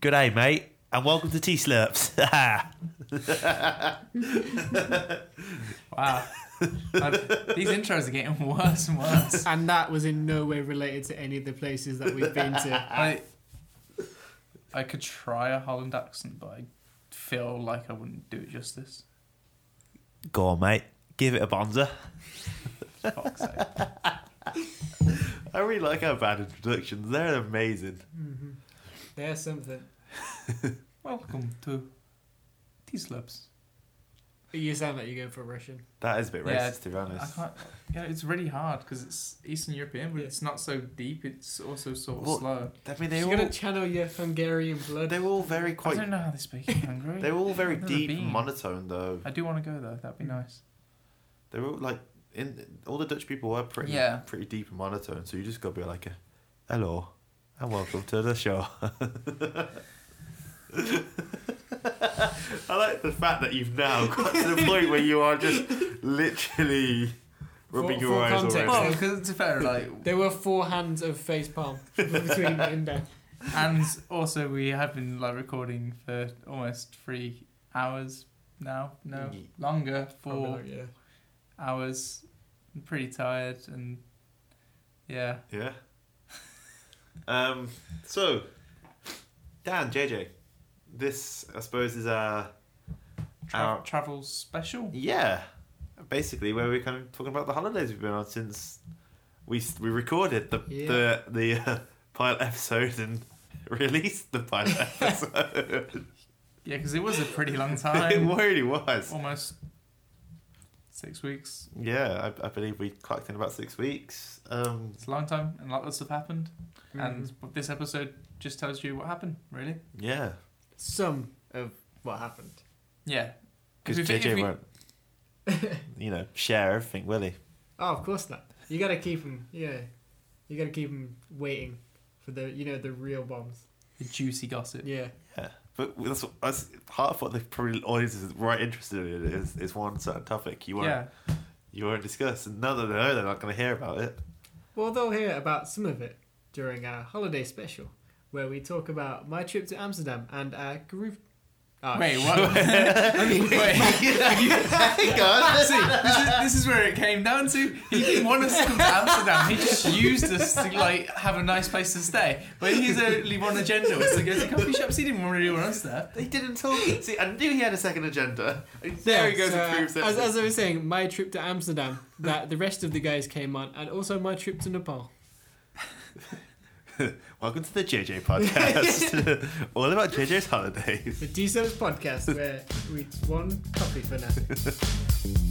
Good day, mate, and welcome to Tea Slurps. Wow. I've- these intros are getting worse and worse. And that was in no way related to any of the places that we've been to. I I could try a Holland accent, but I feel like I wouldn't do it justice. Go on, mate. Give it a bonza. Fuck's sake. I really like our band introductions. They're amazing. Mm-hmm. There's something. Welcome to Tea Slurps. You sound like you're going for a Russian. That is a bit racist, Yeah, to be I honest. can't, yeah, it's really hard because it's Eastern European, but it's not so deep. It's also sort of Well, slow. I mean, they You're all, going to channel your Hungarian blood. they're all very I quite. don't know how they speak in Hungary. They're all very I've never deep, and been. monotone though. I do want to go though. That'd be Hmm. nice. They're all like in all the Dutch people were pretty, Yeah. pretty deep and monotone. So you just got to be like, a, "Hello, and welcome to the show." I like the fact that you've now got to the point where you are just literally rubbing For- your for eyes context. already. Well, because it's fair, like, There were four hands of face palm between and down. and also we have been like recording for almost three hours now. No, Ye- longer. Probably Four not, Oh, yeah. hours. I'm pretty tired and yeah. Yeah. Um. So, Dan, JJ, this I suppose is our Tra- Our- travel special. Yeah, basically, where we're kind of talking about the holidays we've been on since we we recorded the Yeah. the the uh, pilot episode and released the pilot episode. Yeah, because it was a pretty long it time. really was. almost six weeks. Yeah, I, I believe we clocked in about six weeks. Um, It's a long time, and a lot of stuff happened. Mm-hmm. Mm-hmm. And but this episode just tells you what happened, really. yeah, some of what happened. Yeah. because If we- if JJ we- won't, you know, share everything, will he? Oh, of course not. You gotta keep them. Yeah, you gotta keep them waiting for the you know the real bombs. The juicy gossip. Yeah, Yeah, but that's, that's half what the probably audience is right interested in is is one certain topic you won't Yeah. you won't discuss, and now that they know, they're not going to hear about it. well they'll hear about some of it during our holiday special where we talk about my trip to Amsterdam and our group. Oh, Wait, sh- what? Wait. Hang on. See, this is, this is where it came down to. He didn't want us to come to Amsterdam. He just used us to like have a nice place to stay. But his only one agenda was to go to coffee shops. He didn't really want us there. They didn't talk. See, I knew he had a second agenda. And there he goes so, and proves uh, it. as, as I was saying, my trip to Amsterdam that the rest of the guys came on, and also my trip to Nepal. Welcome to the JJ podcast, all about JJ's holidays. The D Service podcast where we eat one coffee for nothing.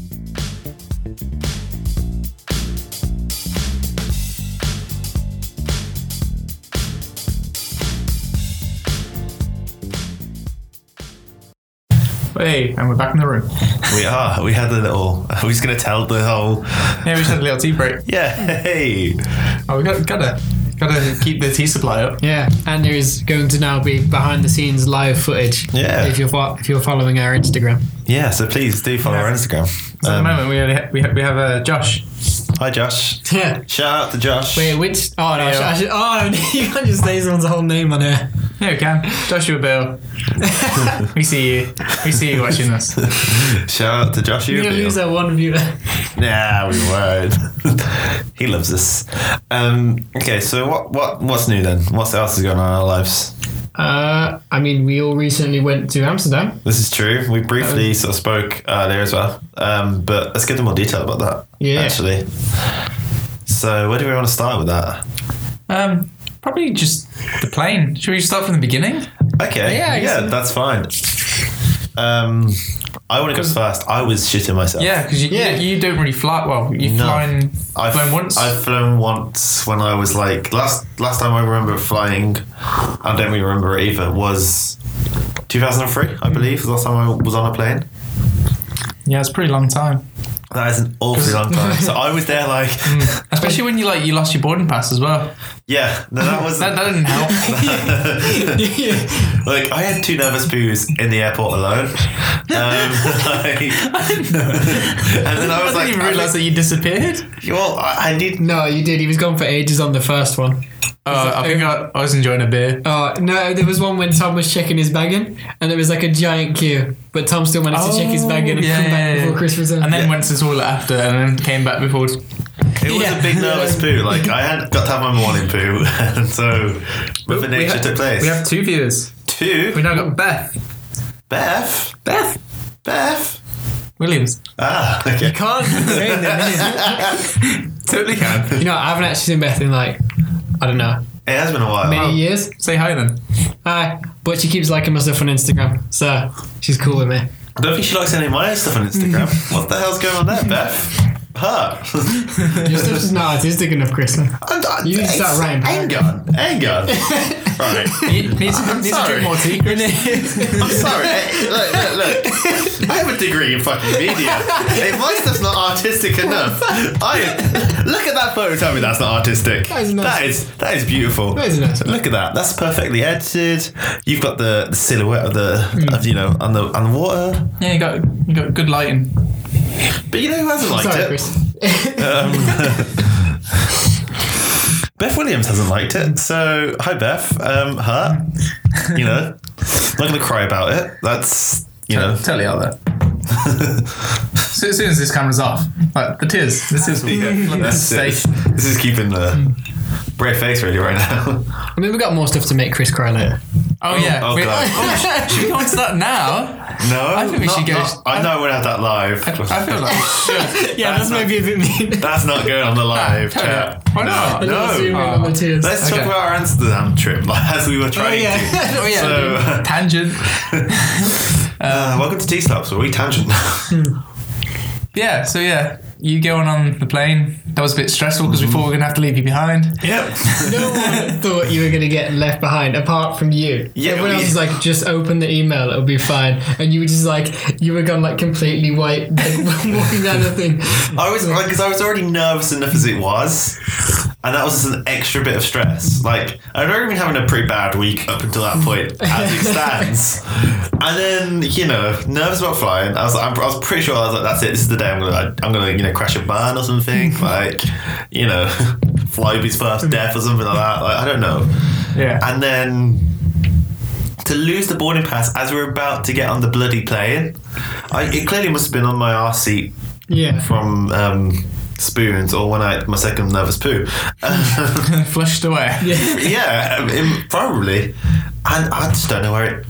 Hey, and we're back in the room. We are. We had a little. We're just gonna tell the whole. Yeah, we just had a little tea break. Yeah. Hey. Oh, we got gotta gotta keep the tea supply up. Yeah, and there is going to now be behind the scenes live footage. Yeah. If you're fo- if you're following our Instagram. Yeah. So please do follow our Instagram. At the Um, moment, we only ha- we have, we have uh, Josh. hi, Josh. Yeah. Shout out to Josh. Wait, which? Oh no! I Yeah. should, I should, oh, no, you can't just say someone's whole name on here. Yeah, we can. Joshua Bill. we see you. We see you watching us. Shout out to Josh. You're gonna Ubiel. lose that one viewer. Nah, we won't. he loves us. Um, okay, so what, what what's new then? What else is going on in our lives? Uh, I mean, we all recently went to Amsterdam. This is true. We briefly sort of spoke earlier as well, um, but let's get into more detail about that. Yeah. actually. So where do we want to start with that? Um, probably just the plane. Should we start from the beginning? Okay, yeah, Yeah, I guess- that's fine. Um, I want to go first. I was shitting myself. Yeah, because you, Yeah. you, you don't really fly. Well, you've No. flown, I've flown once. I've flown once when I was like last last time I remember flying. I don't really remember it either. Was 2003, I believe, was the last time I was on a plane. yeah, it's a pretty long time. That is an awfully long time. So I was there like, Especially when you like you lost your boarding pass as well. yeah, no, that was That, that didn't help. like I had two nervous poos in the airport alone. Um, like- and then I was I like, didn't even realise that you disappeared. well, I, I need No, you did. He was gone for ages on the first one. Uh, I think I, I was enjoying a beer. Oh no! There was one when Tom was checking his bag in, and there was like a giant queue, but Tom still managed to check his bag in and Oh, yeah, come back yeah, yeah. before Christmas. And then went to the toilet after, and then came back before. It was Yeah. a big nervous poo. Like I had got to have my morning poo, and so Mother We Nature ha- took place. We have two viewers. We two. now got Beth, Beth, Beth Beth. Williams. Ah, okay. can't say that. Totally can. You know, I haven't actually seen Beth in like I don't know It has been a while. many years. Say hi then. Hi, but she keeps liking my stuff on Instagram, so she's cool with me. I don't think she likes any of my stuff on Instagram. what the hell's going on there, Beth? Her. Your stuff's just not artistic enough, Chris. I'm, I, You need to start writing back. Hang on, hang on. right. Need, need, to, need to sorry. drink more tea, Chris. I'm sorry. Hey, Look, look, look. I have a degree in fucking media. If my stuff's not artistic enough, I look at that photo. Tell me that's not artistic. That is nice. That is that is beautiful. That is nice. Look at that. That's perfectly edited. You've got the, the silhouette of the Hmm. of you know on the on the water. Yeah, you got you got good lighting. But you know who hasn't liked Sorry, it? Chris. Um, Beth Williams hasn't liked it, so hi Beth. Um, her, you know, not gonna cry about it. That's you know, Totally out there. so as soon as this camera's off, like the tears, the tears will yeah, that's it. This is keeping the brave face really right now. I mean, we got more stuff to make Chris cry later. Oh, yeah. oh, we- God. oh, should we go on to that now? No, I think we should go- I know we'll have that live. I feel like Yeah, that's, maybe a bit mean. that's not going on the live totally chat. not. Why not? No, Zoom in no. on the tears. Let's talk Okay. about our Amsterdam trip, like, as we were Oh, trying to. yeah. Oh, yeah. So- Tangent. Uh, welcome to Tea Stops. Are we tangent? Yeah, so yeah, you going on the plane. That was a bit stressful because we thought we were going to have to leave you behind. yep. No one thought you were going to get left behind apart from you. Yeah, Everyone we- else was like, just open the email, it'll be fine. And you were just like, you were gone like completely white, like, walking down the thing. I was like, because I was already nervous enough as it was, and that was just an extra bit of stress. Like I'd already been having a pretty bad week up until that point, as it stands. And then you know, nervous about flying. I was, like, I'm, I was pretty sure I was like, that's it. This is the day I'm gonna, I'm gonna, you know, crash a barn or something. Like, you know, Flyby's first death or something like that. Like I don't know. Yeah. And then. To lose the boarding pass as we're about to get on the bloody plane, I, it clearly must have been on my arse seat Yeah. from um, spoons or when I my second nervous poo. Flushed away. yeah, um, im- probably. And I just don't know where it.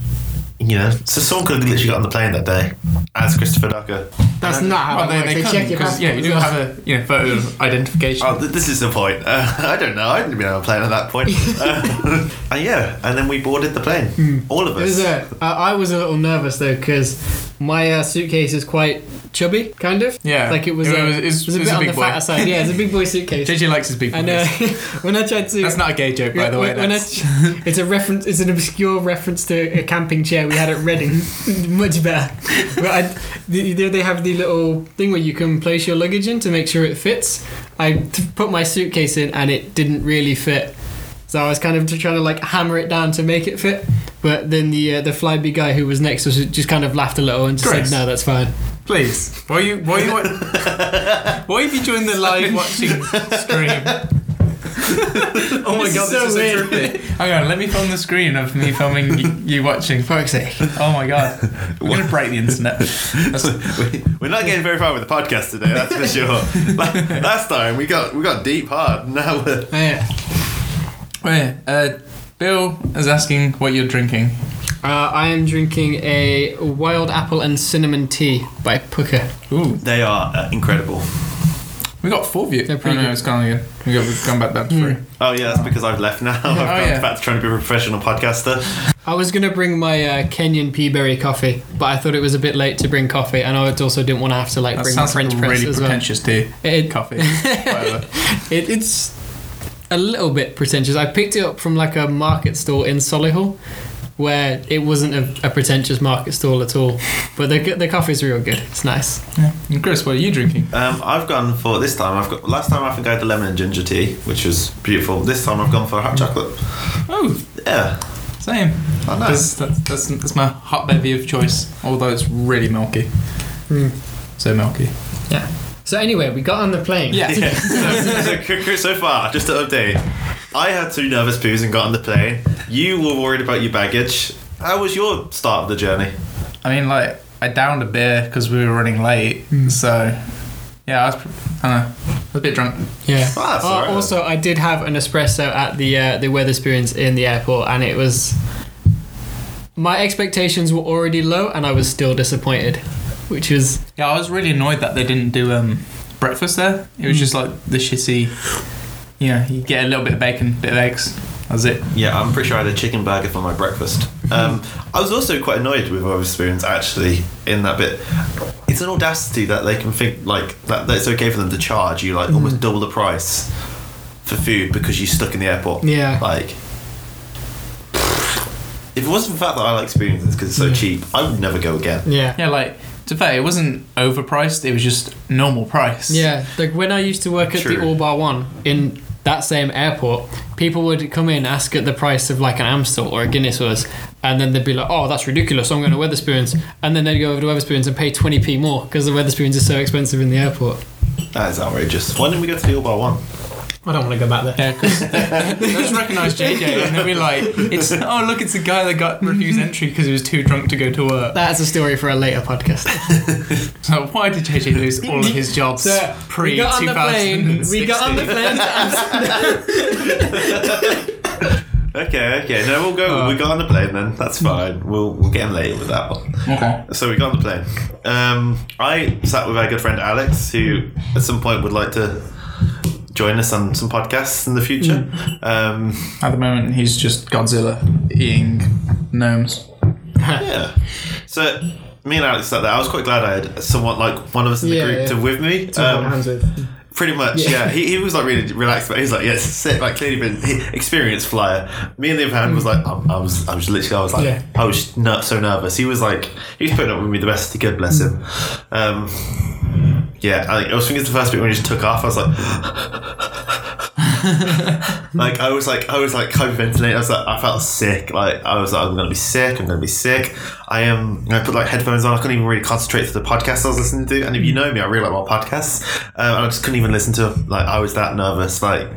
You know, so someone could have literally got on the plane that day as Christopher Ducker. That's not how Well, that they, works. they, They, couldn't, check your 'cause, passport. yeah, you do as well. have a you know, photo of identification. Oh, th- this is the point. Uh, I don't know. I hadn't been on a plane at that point. Uh, and yeah, and then we boarded the plane. All of It us. was Hmm. a, I I was a little nervous though because my uh, suitcase is quite chubby, kind of. Yeah. Like it was, It uh, was- it it's- was a it's bit a on big the boy. fatter side. Yeah, it's a big boy suitcase. JJ likes his big And uh, boys. when I tried to, That's not a gay joke, by the way. when I- that's- it's a reference. It's an obscure reference to a camping chair we had at Reading. Much better. But I, the, the- they have the little thing where you can place your luggage in to make sure it fits. I t- put my suitcase in and it didn't really fit, so I was kind of t- trying to like hammer it down to make it fit. But then the uh, the flyby guy who was next to us just kind of laughed a little and just Chris. said, "No, that's fine." Please, why you why you wa- why have you joined the live watching stream? oh my This god, this is so is so weird. trippy. Hang on, let me film the screen of me filming you, you watching. Fuck's sake! Oh my god, we're gonna break the internet. That's- We- We're not getting very far with the podcast today, that's for sure. La- Last time we got we got deep hard. Now we're Oh, Yeah. Wait, uh, Bill is asking what you're drinking. Uh, I am drinking a wild apple and cinnamon tea by Puka. Ooh, they are uh, incredible. we got four views. They're pretty oh, no, good. Hmm. it's gone again. We got we've gone back down to three. Oh yeah, that's because I've left now. I've gone yeah. back to trying to be a professional podcaster. I was gonna bring my uh, Kenyan pea berry coffee, but I thought it was a bit late to bring coffee, and I also didn't want to have to like That bring my sounds French like a press really as well. pretentious tea. It, Coffee, whatever. it, it's a little bit pretentious. I picked it up from like a market stall in Solihull, where it wasn't a, a pretentious market stall at all. But the the coffee's real good. It's nice. Yeah. And Chris, what are you drinking? Um, I've gone for this time. I've got last time I think I had the lemon and ginger tea, which was beautiful. This time I've gone for hot chocolate. Oh, Yeah, Same. Oh, That's, nice. that's, that's, that's my hot bevy of choice, although it's really milky. Hmm. So milky. Yeah. So anyway, we got on the plane. Yeah. so, so, so far, just to update, I had two nervous poos and got on the plane. You were worried about your baggage. How was your start of the journey? I mean, like, I downed a beer because we were running late. Hmm. So, yeah, I was, pr- I don't know, I was a bit drunk. Yeah. Oh, that's Uh, alright. also, I did have an espresso at the uh, the Weatherspoons in the airport, and it was my expectations were already low, and I was still disappointed, which was Yeah, I was really annoyed that they didn't do um, breakfast there. It Hmm. was just like the shitty, you know, you get a little bit of bacon, bit of eggs. That's it. Yeah, I'm pretty sure I had a chicken burger for my breakfast. Mm-hmm. Um, I was also quite annoyed with Weatherspoons actually in that bit. It's an audacity that they can think like that, that it's okay for them to charge you like Mm-hmm. almost double the price for food because you're stuck in the airport. Yeah. Like, if it wasn't for the fact that I like spoons, it's because it's so cheap, I would never go again. yeah. Yeah, like, to be fair, it wasn't overpriced, it was just normal price. Yeah, like when I used to work at True. the All Bar One in that same airport, people would come in ask at the price of like an Amstel or a Guinness was, and then they'd be like, "Oh, that's ridiculous! I'm going to Weatherspoons," and then they'd go over to Weatherspoons and pay twenty p more because the Weatherspoons is so expensive in the airport. That is outrageous. Why didn't we go to the all by one? I don't want to go back Yeah, there. because they just recognised JJ and they'll be like, it's, oh, look, it's the guy that got refused entry because he was too drunk to go to work. That's a story for a later podcast. So why did JJ lose all of his jobs So, pre we got on the plane. 2016? We got on the plane. To Amsterdam. Okay, okay. No, we'll go. we got on the plane then. Mm. That's fine. We'll we'll get in later with that one. Okay. So we got on the plane. Um, I sat with our good friend Alex, who at some point would like to join us on some podcasts in the future. Mm. Um, At the moment, he's just Godzilla eating gnomes. yeah. So me and Alex sat there. I was quite glad I had someone like one of us in the Yeah, group yeah. to with me. Um, Um, pretty much, yeah. He, he was like really relaxed, but he was like, yes, sit. Like clearly been he- experienced flyer. Me and the other hand was like, um, I was, I was literally, I was like, Yeah. I was ner- so nervous. He was like, he was putting up with me the best he could, bless him. Um, yeah, I, I was thinking it's the first bit when he just took off. I was like, like I was like I was like hyperventilating. I was like I felt sick. Like I was like I'm gonna be sick. I'm gonna be sick. I am. I put like headphones on. I couldn't even really concentrate for the podcast I was listening to. And if you know me, I really like my podcasts. Um, and I just couldn't even listen to. Like I was that nervous. Like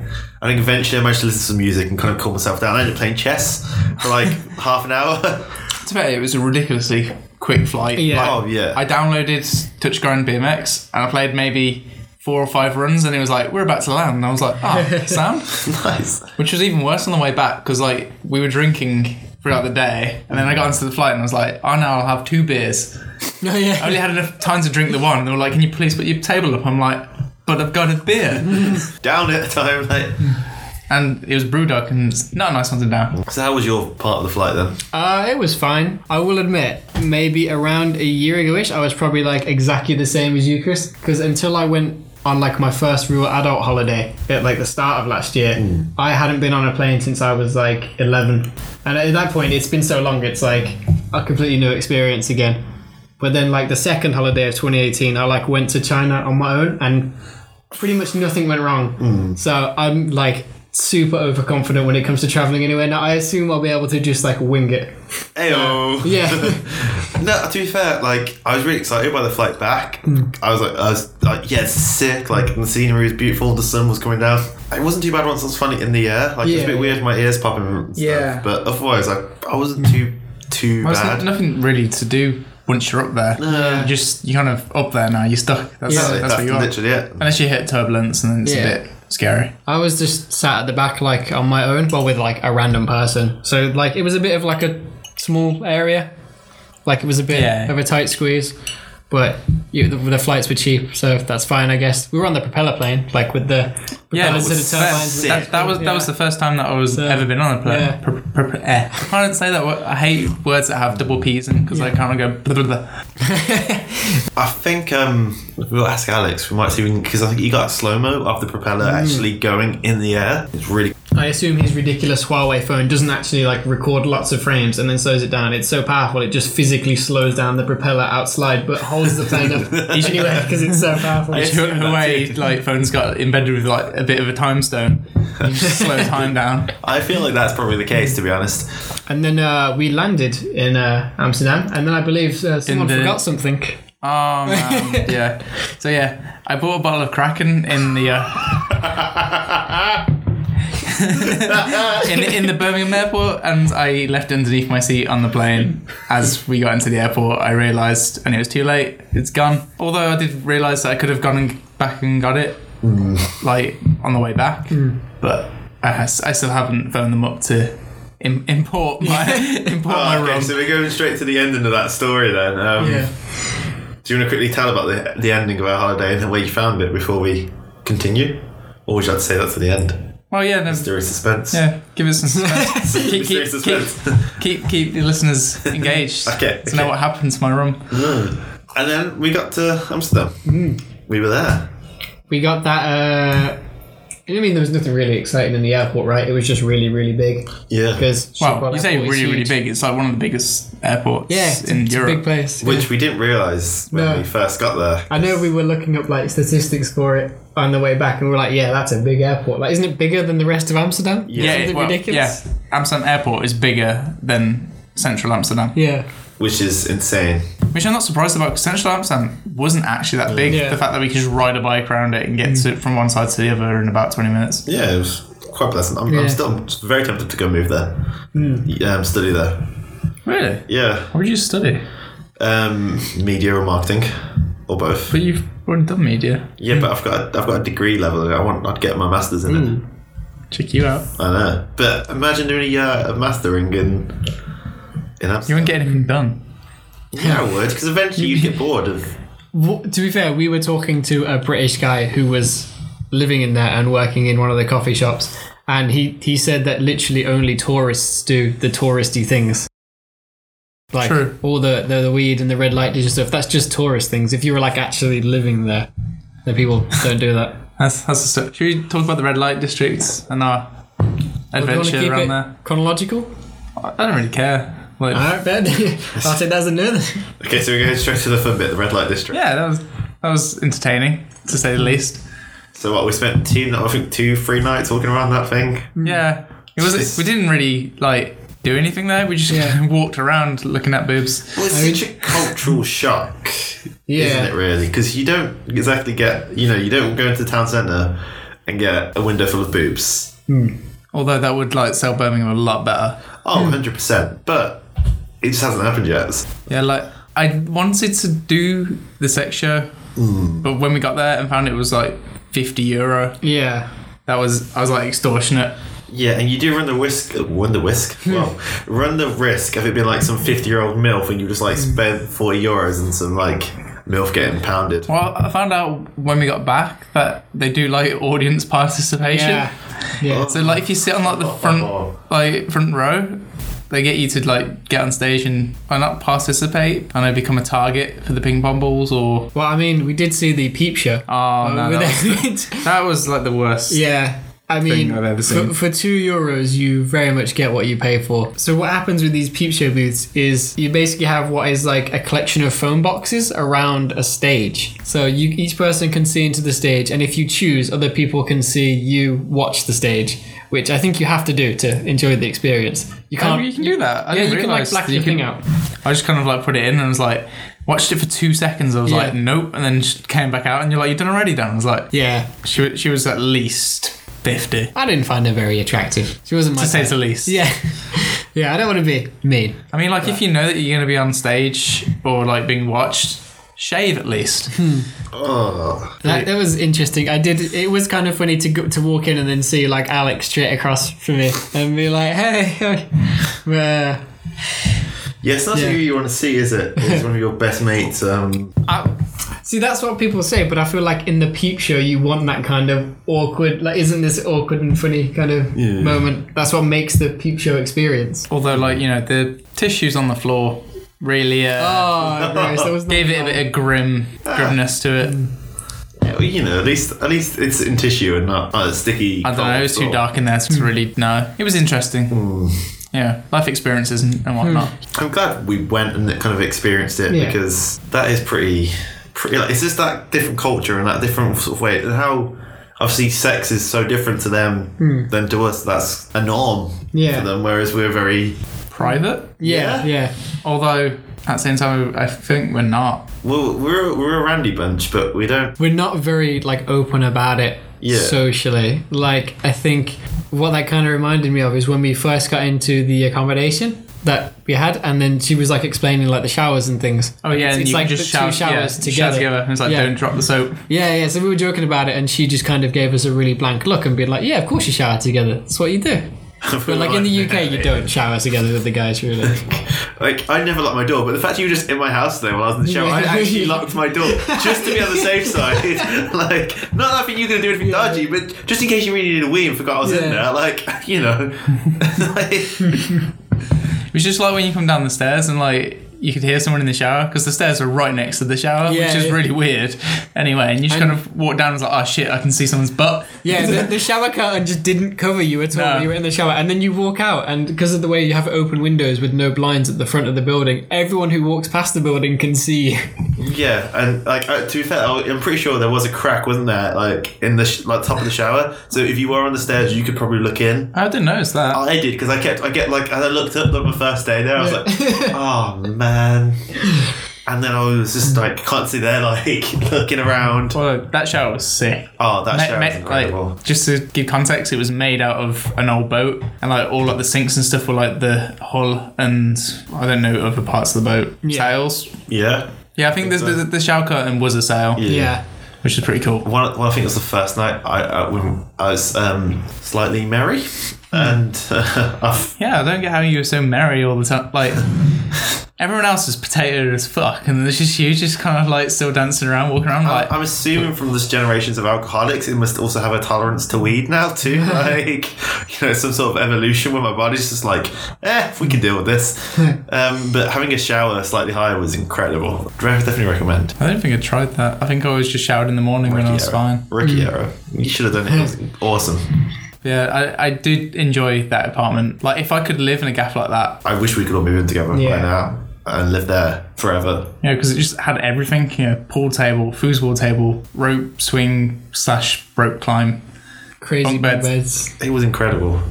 I think eventually I managed to listen to some music and kind of cool myself down. I ended up playing chess for like half an hour. To be fair, it was a ridiculously quick flight. Yeah. Like, Oh yeah. I downloaded Touchground BMX and I played maybe four or five runs and it was like, we're about to land. And I was like, oh, Sam? nice. Which was even worse on the way back because like we were drinking throughout the day, and then I got onto the flight and I was like, "Oh no, I'll have two beers." No, Oh, yeah. I only had enough time to drink the one. And they were like, "Can you please put your table up?" I'm like, "But I've got a beer," Down it. Time. Like. and it was BrewDog, and it's not a nice one to down. So how was your part of the flight then? Uh, it was fine. I will admit, maybe around a year ago-ish, I was probably like exactly the same as you, Chris. Because until I went on like my first real adult holiday at like the start of last year, I hadn't been on a plane since I was like 11. And at that point, it's been so long, it's like a completely new experience again. But then like the second holiday of 2018, I like went to China on my own and pretty much nothing went wrong. So I'm like super overconfident when it comes to traveling anywhere. Now I assume I'll be able to just like wing it. Ayo. Yeah. No, to be fair, like I was really excited by the flight back. Hmm. I was like, I was like, yeah, it's sick. Like the scenery was beautiful. The sun was coming down. It wasn't too bad once I was funny in the air. Like it was a Yeah, bit weird, my ears popping. And stuff. Yeah. Hmm. But otherwise, I I wasn't too too There's bad. nothing really to do once you're up there. You just you're kind of up there now. You're stuck. That's, Yeah. that's, where you are. literally it. Unless you hit turbulence, and then it's Yeah. a bit scary. I was just sat at the back like on my own, well with like a random person. So like it was a bit of like a small area, like it was a bit Yeah. of a tight squeeze, but you, the, the flights were cheap, so that's fine, I guess. We were on the propeller plane, like with the that propellers to was the turbines. sick. That, that was that was the first time that I was ever been on a plane. yeah. Pr- pr- pr- eh. I can't say that. word- I hate words that have double P's in because I kind of go. Blah, blah, blah. I think um, we'll ask Alex. We might see because I think you got slow mo of the propeller Hmm. actually going in the air. It's really I assume his ridiculous Huawei phone doesn't actually like record lots of frames and then slows it down. It's so powerful it just physically slows down the propeller outside, but holds the plane up anyway because it's so powerful. I- Your Huawei like phone's got embedded with like a bit of a time stone. You just slow time down. I feel like that's probably the case to be honest. And then uh, we landed in uh, Amsterdam, and then I believe uh, someone the- forgot something. Oh man, yeah. So yeah, I bought a bottle of Kraken in the. Uh... in, in the Birmingham airport, and I left underneath my seat on the plane. As we got into the airport, I realised, and it was too late. It's gone. Although I did realise that I could have gone and back and got it, Mm. like on the way back. But I, has- I still haven't phoned them up to im- import my import my Oh, okay, rum. so we're going straight to the ending of that story then. Um, Yeah. Do you want to quickly tell about the, the ending of our holiday and where you found it before we continue? Or would you like to say that to the end? well, yeah, no, During suspense. yeah. Give us some suspense. keep, Mysterious keep, keep, suspense. keep keep the listeners engaged. Okay, To know okay. what happened to my rum. And then we got to Amsterdam. Mm. We were there. We got that. Uh, I mean, there was nothing really exciting in the airport, right? It was just really, really big Yeah. because Well, you say really, really big. It's like one of the biggest airports Yeah, it's, in it's a Europe. big place. Which we didn't realise when No. we first got there. I know we were looking up like statistics for it on the way back, and we were like, "Yeah, that's a big airport. Like, isn't it bigger than the rest of Amsterdam? Yeah. yeah, Isn't it well, ridiculous? yeah, Amsterdam Airport is bigger than Central Amsterdam, Yeah, Which is insane. which I'm not surprised about. 'cause Central Amsterdam wasn't actually that big. Yeah. The fact that we could just ride a bike around it and get to it from one side to the other in about 20 minutes. Yeah, it was quite pleasant. I'm, Yeah. Mm. I'm still very tempted to go move there. Yeah, Um, study there. Really? Yeah. What did you study? Um, media or marketing. Or both. But you've already done media. Yeah, but I've got a, I've got a degree level. I want I'd get my masters in Mm. it. Check you out. I know. But imagine doing a year of mastering in in You Amsterdam. won't get anything done. Yeah, I would, because eventually you get bored of. W- to be fair, we were talking to a British guy who was living in there and working in one of the coffee shops, and he he said that literally only tourists do the touristy things. Like True. all the, the the weed and the red light digital stuff. That's just tourist things. If you were like actually living there, then people don't do that. That's, that's the stuff. Should we talk about the red light districts and our Do you want to adventure keep around it there? chronological? I don't really care. Like, All right, Ben. I'll take that as a no. then. Okay, so we're going straight to the fun bit, the red light district. yeah, that was that was entertaining to say the least. So what we spent two, I think two, three nights walking around that thing. Mm. Mm. Yeah, it was. We didn't really like do anything there. We just Yeah. walked around looking at boobs. Well, it's such a cultural shock, isn't it? Yeah. Really, because you don't exactly get, you know, you don't go into the town centre and get a window full of boobs. Although that would like sell Birmingham a lot better. Oh, 100 percent. But it just hasn't happened yet. Yeah, like I wanted to do the sex show, but when we got there and found it was like fifty euro, Yeah. that was I was like extortionate. Yeah, and you do run the risk, run the risk. Well, run the risk of it being like some 50 year old milf and you just like Hmm. spend 40 euros and some like milf getting pounded. Well, I found out when we got back that they do like audience participation. Yeah. Yeah. So like if you sit on like the front like front row, they get you to like get on stage and and not participate and I become a target for the ping pong balls or Well, I mean, we did see the peep show. oh no, With that, was, it. that was like the worst. Yeah. I mean, I've ever seen. for, for two euros, you very much get what you pay for. So, what happens with these peep show booths is you basically have what is like a collection of phone boxes around a stage. So, you each person can see into the stage, and if you choose, other people can see you watch the stage, which I think you have to do to enjoy the experience. You Oh, can't. you can do that. I yeah, didn't you can like realise black that you your thing can- out. I just kind of like put it in and was like watched it for two seconds. I was Yeah. like nope, and then just came back out and you're like you done already, Dan. I was like Yeah, she wa- she was at least fifty I didn't find her very attractive. She wasn't my. to say type. the least. Yeah, yeah. I don't want to be mean. I mean, like if you know that you're gonna be on stage or like being watched, shave at least. Oh, That, that was interesting. I did. It was kind of funny to go, to walk in and then see like Alex straight across from me and be like, "Hey, hey." Uh, yeah, it's not Yeah. who you want to see, is it? It's one of your best mates. Um, I, see, that's what people say, but I feel like in the peep show, you want that kind of awkward. Like, isn't this awkward and funny kind of moment? That's what makes the peep show experience. Although, like you know, the tissues on the floor really uh, Oh, Ah. gross. That was not gave it a bit of grim grimness to it. Mm. yeah, well, you know, at least at least it's in tissue and not, not a sticky. I don't know, it was too dark in there Mm. to really know. It was interesting. Yeah, life experiences and, and whatnot. Hmm. I'm glad we went and kind of experienced it Yeah. because that is pretty, pretty. Like, it's just that different culture and that different sort of way. and How obviously sex is so different to them than to us. That's a norm Hmm. Yeah. for them. Whereas we're very Private, Yeah, yeah. although at the same time, I think we're not. we're we're, we're a randy bunch, but we don't. we're not very like open about it Yeah. socially. Like I think what that kind of reminded me of is when we first got into the accommodation that we had, and then she was like explaining like the showers and things. Oh yeah, it's, and it's you like can just the shower, two showers yeah, together. Shower together. And it's like Yeah. don't drop the soap. Yeah, yeah. So we were joking about it, and she just kind of gave us a really blank look and be like, "Yeah, of course you shower together. That's what you do." But like in the UK, you don't shower together with the guys, really. Like I never locked my door, but the fact you were just in my house though while I was in the shower, I actually locked my door just to be on the safe side. like not that I think you're gonna do anything dodgy, but just in case you really needed a wee and forgot I was in Yeah. there, like you know. Like, It was just like when you come down the stairs and like you could hear someone in the shower because the stairs are right next to the shower, Yeah, which is yeah. really weird. Anyway, and you just And- kind of walk down and it's like, oh shit, I can see someone's butt. Yeah, the, the shower curtain just didn't cover you at all. No. You were in the shower, and then you walk out, and because of the way you have open windows with no blinds at the front of the building, everyone who walks past the building can see. yeah, and like uh, to be fair, I- I'm pretty sure there was a crack, wasn't there? Like in the sh- like top of the shower. So if you were on the stairs, you could probably look in. I didn't notice that. I did because I kept I get like as I looked up like my first day there, I was like, oh man. And then I was just like constantly there, like looking around. Well, that shower was sick. Oh, that Ma- shower ma- was incredible. Like, just to give context, it was made out of an old boat, and like all like the sinks and stuff were like the hull and I don't know other parts of the boat sails. yeah. Yeah, I think this, so. the, the shower curtain was a sail, Yeah. which is pretty cool. One, well, I think it was the first night I, I, when I was um, slightly merry, Hmm. and uh, I f- Yeah, I don't get how you were so merry all the time. Like everyone else is potato as fuck, and there's just you, just kind of like still dancing around, walking around. Like I'm assuming from this generations of alcoholics, it must also have a tolerance to weed now too. Like, you know, some sort of evolution where my body's just like, eh, we can deal with this. Um, but having a shower slightly higher was incredible. Dre- Definitely recommend. I don't think I tried that. I think I was just showered in the morning when I was fine. Hmm. Ricky Arrow. You should have done it. It was awesome. Yeah, I, I did enjoy that apartment. Like if I could live in a gaff like that, I wish we could all move in together by Yeah. now and live there forever. Yeah, because it just had everything. You know, pool table, foosball table, rope swing slash rope climb, Crazy Bunk bed beds. beds. It was incredible.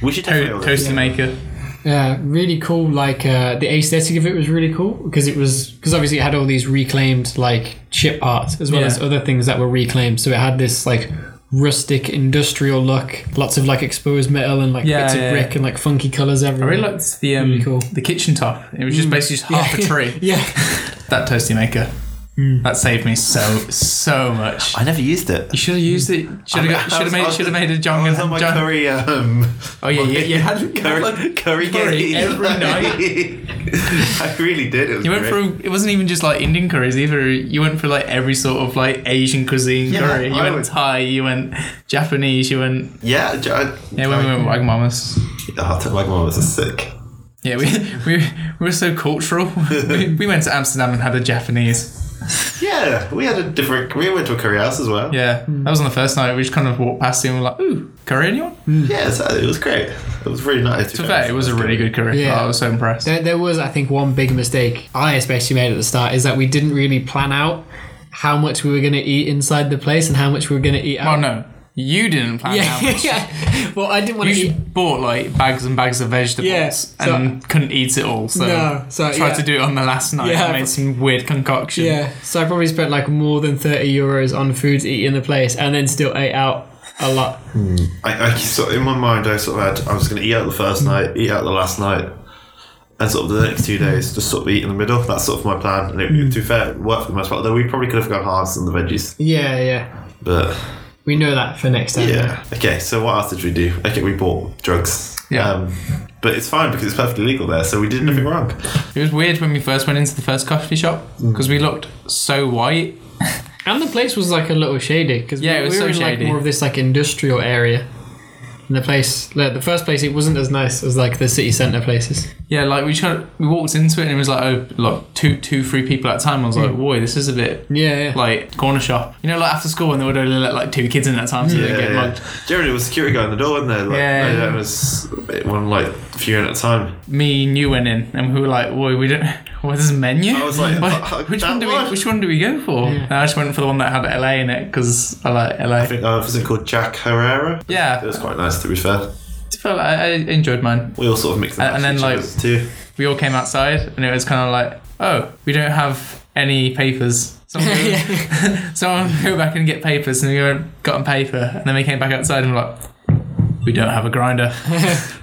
We should to- definitely all do toasty it. maker. Yeah, really cool. Like uh, the aesthetic of it was really cool because it was because obviously it had all these reclaimed like ship parts as well Yeah. as other things that were reclaimed. So it had this like rustic industrial look, lots of like exposed metal and like Yeah, bits yeah, of brick yeah. and like funky colors I everywhere. really liked the um, Really cool. the kitchen top. It was just basically just half a tree. yeah, That toasty maker. That saved me so so much. I never used it. You should have used it. Should Hmm. I- have I should have was- I made was- should have made a I John. was on my John- curry. Um, oh yeah, you, you had you had, curry, like- curry, curry game. every I really did. It was You went great. through. It wasn't even just like Indian curries either. You went through like every sort of like Asian cuisine Yeah, curry. You I went would- Thai. You went Japanese. You went Yeah, j- I, yeah. When we went Wagamama's. Oh, t- Wagamama was sick. Yeah, we, we, we were so cultural. we, we went to Amsterdam and had a Japanese. Yeah, we had a different. We went to a curry house as well. Yeah, that was on the first night. We just kind of walked past him and were like, ooh, curry anyone? yeah so it was great. It was really nice. To be fair, it was a really good curry. Yeah. Oh, I was so impressed. There, there was, I think, one big mistake I especially made at the start is that we didn't really plan out how much we were going to eat inside the place and how much we were going to eat Oh, out. no. You didn't plan how Yeah, much. yeah. Well, I didn't want You to eat. just bought like bags and bags of vegetables Yeah, so- and couldn't eat it all. So, No, so, tried yeah. to do it on the last night Yeah. and made some weird concoction. Yeah, so I probably spent like more than thirty euros on food to eat in the place, and then still ate out a lot. I, I sort of- in my mind, I sort of had. I was going to eat out the first night, eat out the last night, and sort of the next two days, just sort of eat in the middle. That's sort of my plan. And it, Hmm. to be fair, it worked for the most part. Though we probably could have gone halves on the veggies, Yeah, yeah. but We know that for next time. yeah. Okay, so what else did we do? Okay, we bought drugs. Yeah. Um, but it's fine because it's perfectly legal there, so we did nothing wrong. It was weird when we first went into the first coffee shop Mm. because we looked so white. And the place was like a little shady because Yeah, we, it was we so were in shady. like more of this like industrial area. And the place, like, the first place, it wasn't as nice as like the city centre places. Yeah, like we tried, we walked into it and it was like, oh, look, two, two, three people at a time. I was like, whoa, this is a bit Mm. Yeah, yeah. like corner shop. You know, like after school when they would only let like two kids in at a time so they Yeah, don't get yeah. mugged. Generally, it was security guard in the door, wasn't there? Like, Yeah. It was one like few at a time. Me and you went in and we were like, whoa, we don't. What is the menu? I was like, What- "Fuck, which that one do one." we? Which one do we go for? And I just went for the one that had LA in it because I like LA. I think uh, was it called Jack Herrera? yeah, It was quite nice to be fair. I felt I, I enjoyed mine. We all sort of mixed them And- and then, each like- other's too. We all came outside and it was kind of like, oh, we don't have any papers. Someone go, someone go back and get papers, and we went, got on paper, and then we came back outside and were like, we don't have a grinder.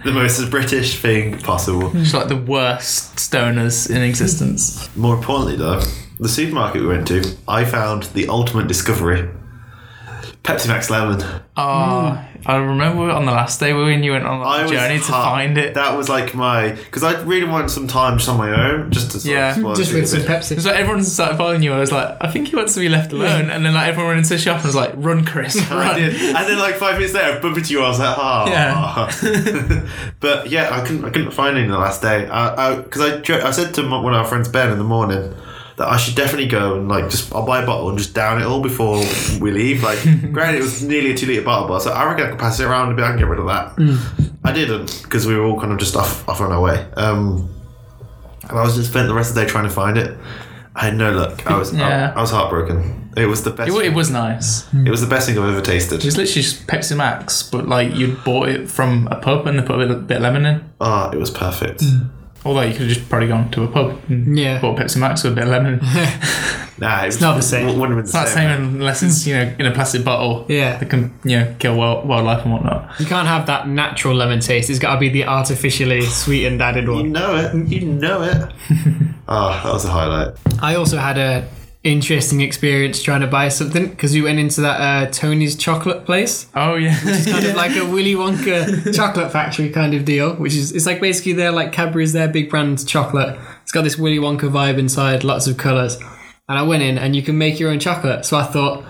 The most British thing possible. It's like the worst stoners in existence. More importantly, though, the supermarket we went to, I found the ultimate discovery Pepsi Max Lemon. Oh, I remember on the last day when you went on I like, a was journey to hot. find it. That was like my. Because I really wanted some time just on my own, just to sort Yeah. of explore Just the with some city a bit. It was Pepsi. like everyone started following you. I was like, I think he wants to be left alone. And then like everyone ran into the shop and was like, run, Chris, I run. did. And then like five minutes later, I bumped into you. I was like, oh. but yeah, I couldn't. I couldn't find any the last day. Because I, because I, jo- I said to m- one of our friends Ben in the morning that I should definitely go and like just I'll buy a bottle and just down it all before we leave. Like, granted, it was nearly a two liter bottle, but I was like, I reckon I could pass it around and be I can get rid of that. Mm. I didn't because we were all kind of just off off on our way. Um, and I was just spent the rest of the day trying to find it. I had no luck. I was I- Yeah. I, was heartbroken. It was the best. It, wa- it was nice. It It was the best thing I've ever tasted. was literally just Pepsi Max, but like you bought it from a pub and they put a bit- bit of lemon in. Ah, it was perfect. Mm. Although you could have just probably gone to a pub and Yeah. bought Pepsi Max with a bit of lemon. It's Nah, it was, not the same. Wouldn't have been the not the same. same unless it's, you know, in a plastic bottle. Yeah. That can, you know, kill wild, wildlife and whatnot. You can't have that natural lemon taste. It's got to be the artificially sweetened added You one. know it. You know it. Ah, that was a highlight. I also had a interesting experience trying to buy something because we went into that uh, Tony's chocolate place, Oh, yeah. kind of like a Willy Wonka chocolate factory kind of deal, which is it's like basically their like Cadbury's their big brand chocolate. It's got this Willy Wonka vibe inside, lots of colors. And I went in and you can make your own chocolate. So I thought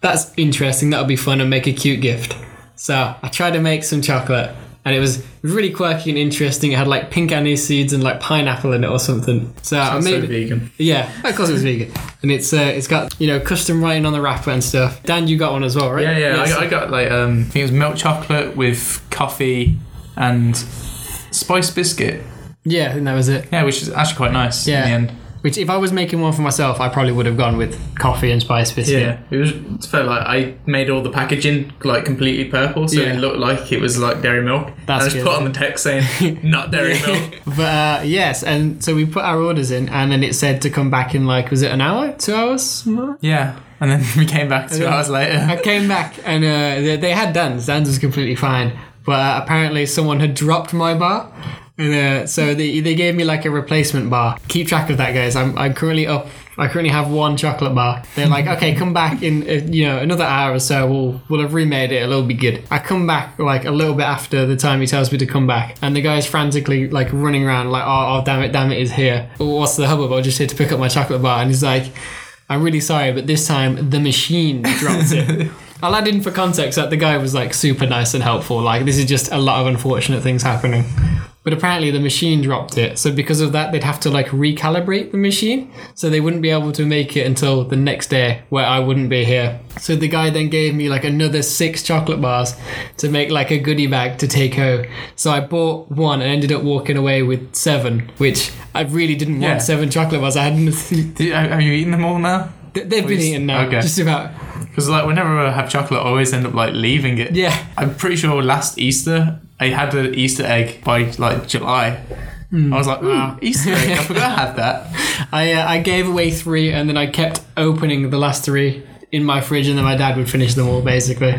that's interesting. That'll be fun and make a cute gift. So I tried to make some chocolate. And it was really quirky and interesting. It had like pink anise seeds and like pineapple in it or something. So I I'm so made vegan. yeah, of course it was vegan, and it's uh, it's got you know custom writing on the wrapper and stuff. Dan, you got one as well, right? Yeah, yeah. I Yes. got, I got like um, I think it was milk chocolate with coffee and spice biscuit. yeah. I think that was it. Yeah, which is actually quite nice Yeah. in the end. Which, if I was making one for myself, I probably would have gone with coffee and spice biscuit. it was. It felt like I made all the packaging like completely purple, so Yeah. it looked like it was like dairy milk. That's I just good. put on the text saying not dairy milk. But uh, yes, and so we put our orders in, and then it said to come back in like was it an hour, two hours? Yeah, and then we came back two then- hours later. I came back and uh, they, they had Dan's. Dan's was completely fine, but uh, apparently someone had dropped my bar. And uh, so they, they gave me like a replacement bar. Keep track of that, guys. I'm, I'm currently up. I currently have one chocolate bar. They're like, okay, come back in uh, you know another hour or so. We'll we'll have remade it. It'll be good. I come back like a little bit after the time he tells me to come back, and the guy's frantically like running around like, oh, oh damn it, damn it, is here. What's the hubbub? I'm just here to pick up my chocolate bar, and he's like, I'm really sorry, but this time the machine dropped it. I'll add in for context that the guy was like super nice and helpful. Like, this is just a lot of unfortunate things happening. But apparently the machine dropped it. So, because of that, they'd have to like recalibrate the machine. So, they wouldn't be able to make it until the next day where I wouldn't be here. So, the guy then gave me like another six chocolate bars to make like a goodie bag to take home. So, I bought one and ended up walking away with seven, which I really didn't want Yeah. seven chocolate bars. I had nothing. Did, have have you eaten them all now? Th- They've been Please. eaten now. Okay. Just about. Because like whenever I have chocolate, I always end up like leaving it. Yeah. I'm pretty sure last Easter I had an Easter egg by like July. Hmm. I was like, ah, Easter egg. I forgot I had that. I uh, I gave away three, and then I kept opening the last three in my fridge, and then my dad would finish them all basically.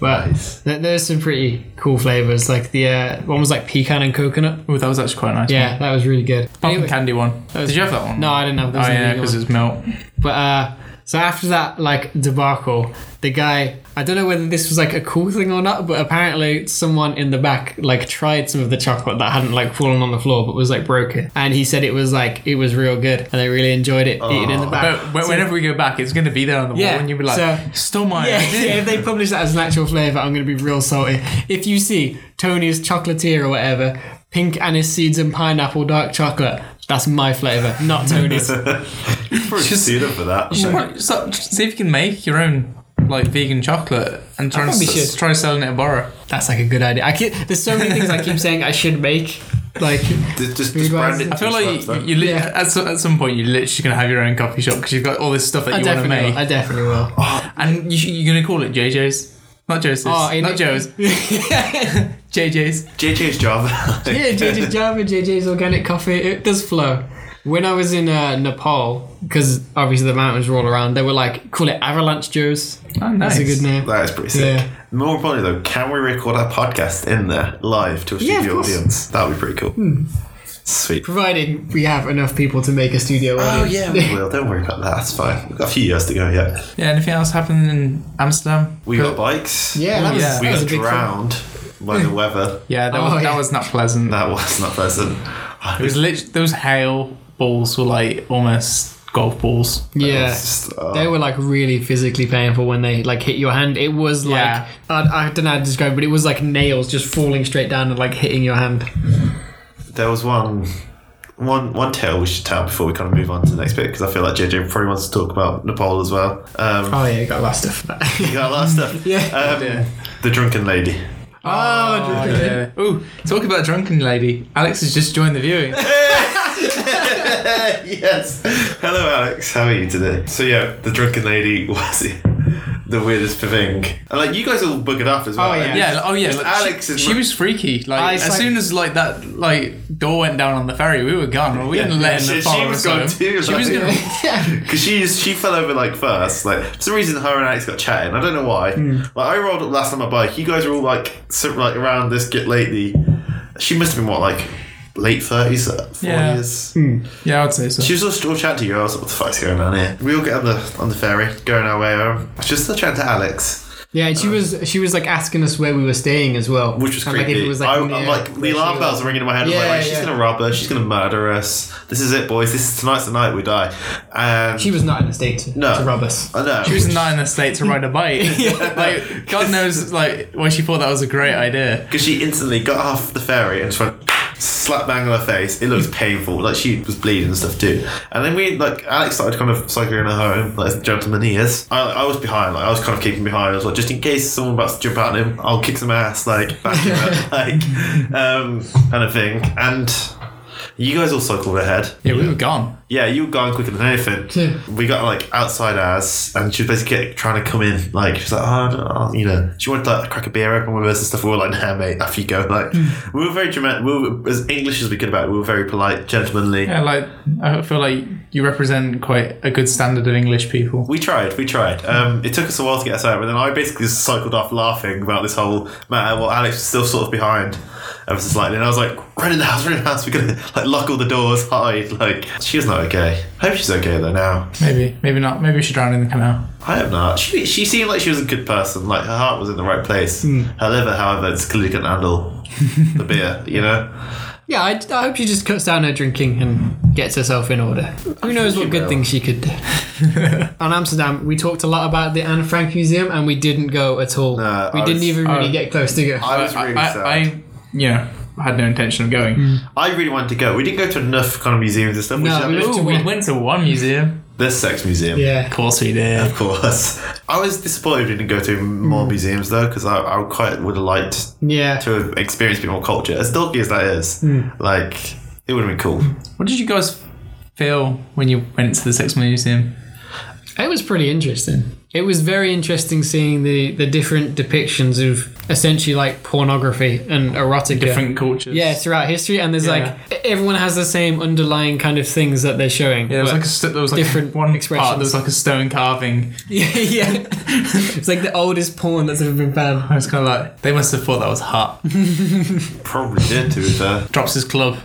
But th- there's some pretty cool flavors. Like the uh, one was like pecan and coconut. Oh, that was actually quite nice. Yeah, that was really good. Pumpkin Anyway, candy one. was- Did you have that one? no, I didn't have Oh those. yeah, because it's milk. But uh, so after that, like debacle, the guy. I don't know whether this was like a cool thing or not, but apparently someone in the back like tried some of the chocolate that hadn't like fallen on the floor, but was like broken, and he said it was like it was real good, and they really enjoyed it eating in the But back. wh- whenever we go back, it's going to be there on the Yeah, wall, and you'll be like, so- "Stole my Yeah, idea." yeah, if they publish that as an actual flavour, I'm going to be real salty. If you see Tony's Chocolatier or whatever, pink anise seeds and pineapple dark chocolate, that's my flavour, not Tony's. Probably just sue them for that. You should probably so- just see if you can make your own like vegan chocolate and try and probably s- should. try selling it at Borough. That's like a good idea. I keep, there's so many things I keep saying I should make. Like, Just, just, just Food-wise, brand it. I I feel like you, you li- Yeah. at, so- at some point you're literally going to have your own coffee shop because you've got all this stuff that I you want to definitely, make, will. I definitely will. and you, sh- you're going to call it JJ's, not Joseph's, Oh, in not it- Joe's, JJ's. JJ's job. yeah, JJ's Java, JJ's organic coffee, it does flow. When I was in uh, Nepal, because obviously the mountains were all around, they were like, call it Avalanche Joes. Oh, nice. That's a good name. That is pretty sick. Yeah. More importantly, though, can we record our podcast in there live to a Yeah, of studio course. Hmm. audience? That would be pretty cool. Sweet. Providing we have enough people to make a studio Oh, audience. yeah, we will. Don't worry about that. That's fine. We've got a few years to go yet. Yeah, anything else happened in Amsterdam? We got bikes. Yeah, that was, Yeah. We That was got a big thing. drowned by the weather. Yeah, that, Oh, was, yeah. that was not pleasant. That was not pleasant. It was lit- those hail balls were like almost golf balls. Yeah. Just, oh. They were like really physically painful when they like hit your hand. It was like Yeah. I, I don't know how to describe, it, but it was like nails just falling straight down and like hitting your hand. There was one, one, one tale we should tell before we kind of move on to the next bit because I feel like JJ probably wants to talk about Nepal as well. Um, Oh yeah, you got a lot of stuff. oh, you got a lot of stuff. Yeah. Um, Yeah. The drunken lady. Oh, yeah. Ooh, talk about drunken lady. Alex has just joined the viewing. yes. Hello, Alex. How are you today? So yeah, the drunken lady was the weirdest thing. And like you guys all buggered up as well. Oh, right? yeah. Yeah. Oh, yeah. Just like, Alex she, is. she was freaky. Like I as saw- soon as like that like door went down on the ferry, we were gone. We didn't let she, in the she farm. was gone too. She was gonna. Because she she fell over like first. Like for some reason, her and Alex got chatting. I don't know why. Hmm. Like I rolled up last on my bike. You guys were all like sort of, like around this get lately. She must have been what like late thirties, Yeah. forties. Hmm. Yeah, I'd say so. She was all still chatting to you. I was like, what the fuck's going on here? We all get on the on the ferry, going our way home. She was still chatting to Alex, Yeah, and she was she was like asking us where we were staying as well, which was And, creepy. Like, if it was I, like, near am like where the she alarm was. bells are ringing in my head. I'm like, Yeah, wait, she's yeah. gonna rob us. She's gonna murder us. This is it, boys. This is tonight's the night we die. And She was not in a state to, No. to rob us. I know. She was not in a state to ride a bike. Like God knows, like why she thought that was a great idea. Because she instantly got off the ferry and just went slap bang on her face. It looked painful. Like she was bleeding and stuff too. And then we like Alex started kind of cycling her home, like as a gentleman he is. I, I was behind, like I was kind of keeping behind. I was like, just in case someone about to jump at him, I'll kick some ass, like back him up, like um, kind of thing. And you guys all cycled ahead. Yeah, we were gone. Yeah, you were gone quicker than anything. we got like outside ours, and she was basically get- trying to come in. Like she was like, oh, no, oh," you know, she wanted to like, crack a beer open with us and stuff. We were like, nah, mate, off you go. Like we were very dramatic. We were as English as we could about. it. We were very polite, gentlemanly. Yeah, like I feel like you represent quite a good standard of English people. We tried, we tried. Um, it took us a while to get us out, but then I basically just cycled off laughing about this whole matter. Well, Alex was still sort of behind ever so slightly, and I was like, "Run in the house, run in the house. We're gonna like lock all the doors, hide." Like she was not okay. Hope she's okay though now. Maybe, maybe not. Maybe she drowned in the canal. I am not. She, she seemed like she was a good person. Like her heart was in the right place. Hmm. Her liver, however, it's clearly couldn't handle the beer. You know. Yeah, I, I hope she just cuts down her drinking and gets herself in order. Who knows what good will. things she could do. On Amsterdam, we talked a lot about the Anne Frank Museum and we didn't go at all. No, we I didn't was- uh, even really I- get close to go. I was I, really I, sad. I, you know, had no intention of going. I, really wanted to go. We didn't go to enough kind of museums and stuff. No, No, we we were- Ooh, to we one. went to one museum. this sex museum. yeah. Of course we did. Of course. I was disappointed we didn't go to Hmm. more museums though, because I, I quite would have liked Yeah. to have experienced a bit more culture. As doggy as that is, Hmm. like it would have been cool. What did you guys feel when you went to the Sex Museum? It was pretty interesting. It was very interesting seeing the, the different depictions of essentially like pornography and erotica. Different cultures. yeah, throughout history, and there's Yeah. like e-, everyone has the same underlying kind of things that they're showing. Yeah, there was but- like a, st- there was like different one part. expressions. There was like a stone carving. yeah, yeah. it's like the oldest porn that's ever been found. I was kind of like, they must have thought that was hot. Probably did to be fair. Drops his club.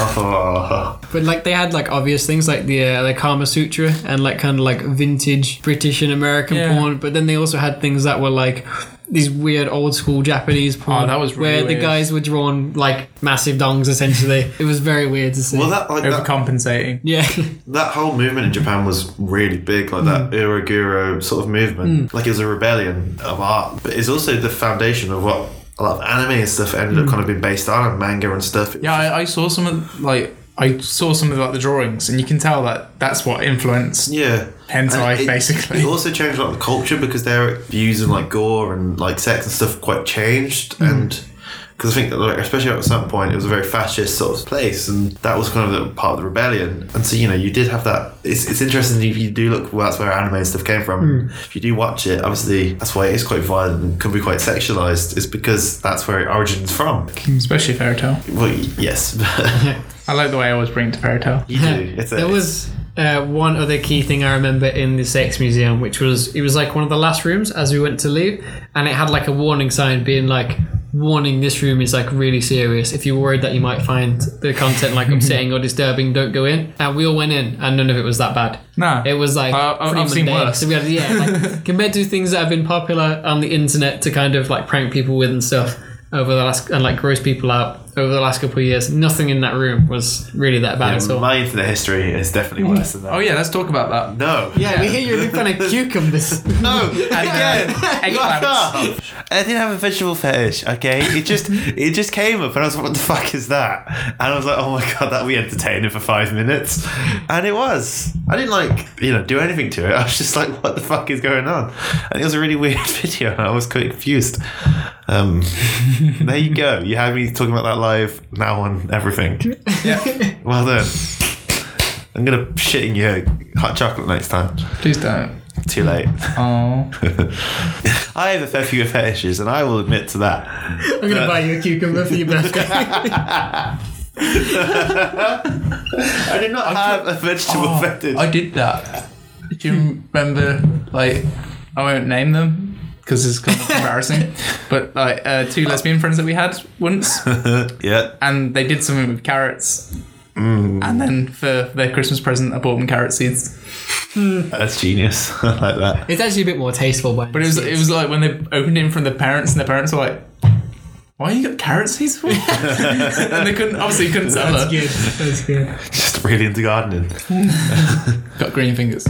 Oh, But like they had like obvious things like the uh, the Kama Sutra and like kind of like vintage British and American Yeah. porn. But then they also had things that were like these weird old school Japanese porn. Oh, that was where really the weird. guys were drawn like massive dongs. Essentially, it was very weird to see. well, that like that, Overcompensating. yeah, that whole movement in Japan was really big, like that Uraguro sort of movement. Like it was a rebellion of art, but it's also the foundation of what a lot of anime and stuff ended up kind of being based on, and manga and stuff. Yeah, I, I saw some of like I saw some of like the drawings, and you can tell that that's what influenced Yeah. Hentai, And it- basically. It also changed a lot of the Hmm. culture because their views on like gore and like sex and stuff quite changed and because I think that, like, especially at some point it was a very fascist sort of place, and that was kind of the part of the rebellion. And so you know you did have that. It's, it's interesting if you do look. Well, that's where anime and stuff came Hmm. from. If you do watch it, obviously that's why it is quite violent and can be quite sexualized. Is because that's where it origins from. especially fairy tale. Well, yes, I like the way I always bring it to fairy tale. you do. It's a, um, There was uh, one other key thing I remember in the sex museum, which was it was like one of the last rooms as we went to leave, and it had like a warning sign being like, "Warning: This room is like really serious. If you're worried that you might find the content like upsetting or disturbing, don't go in." And we all went in, and none of it was that bad. No, It was like I- I- pretty Uh, I've seen mundane. worse. So we had yeah, like, compared to things that have been popular on the internet to kind of like prank people with and stuff over the last and like gross people out over the last couple of years. Nothing in that room was really that bad at all. yeah, my internet history is definitely worse than that. Oh yeah, let's talk about that. No. Yeah, we hear you're a big fan of cucumbers. No. Again. eggplants. Fuck off. I didn't have a vegetable fetish. Okay. It just it just came up, and I was like, "What the fuck is that?" And I was like, "Oh my god, that'll be entertaining for five minutes," and it was. I didn't like you know do anything to it. I was just like, "What the fuck is going on?" And it was a really weird video, and I was quite confused. Um, there you go. You had me talking about that live now on everything. Yeah, Well done. I'm gonna shit in your hot chocolate next time. please don't. Too late. Oh, I have a fair few fetishes, and I will admit to that. I'm gonna buy you a cucumber for your birthday. I did not have Oh, a vegetable fetish. Oh, I did that. Do you remember? Like, I won't name them because it's kind of embarrassing. But like, uh, two lesbian friends that we had once, yeah. and they did something with carrots. Mm. And then for their Christmas present, I bought them carrot seeds. That's genius. I like that. it's actually a bit more tasteful, but But it was it was like when they opened it in front of their parents, and their parents were like, "Why you got carrot seeds for?" and they couldn't obviously couldn't tell her. good. That's good. Just really into gardening. Got green fingers.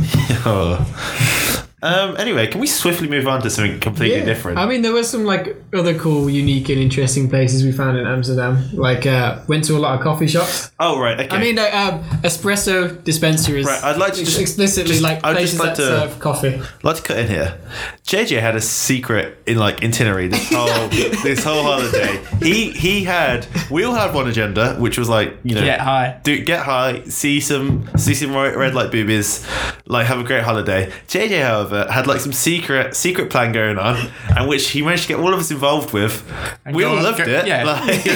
Oh. Um, anyway, can we swiftly move on to something completely different? I mean, there were some like other cool, unique, and interesting places we found in Amsterdam. Like, uh, went to a lot of coffee shops. oh, right. Okay. I mean, like, um, espresso dispensaries. Right, I'd like to just- explicitly just- like I'd places just like that to- serve coffee. Let's cut in here. JJ had a secret in like itinerary this whole this whole holiday. He he had we all had one agenda, which was like you know Get high. do get high, see some see some ri- red light boobies, like have a great holiday. JJ, however, had like some secret secret plan going on, and which he managed to get all of us involved with. we go all on- loved go- it, yeah. like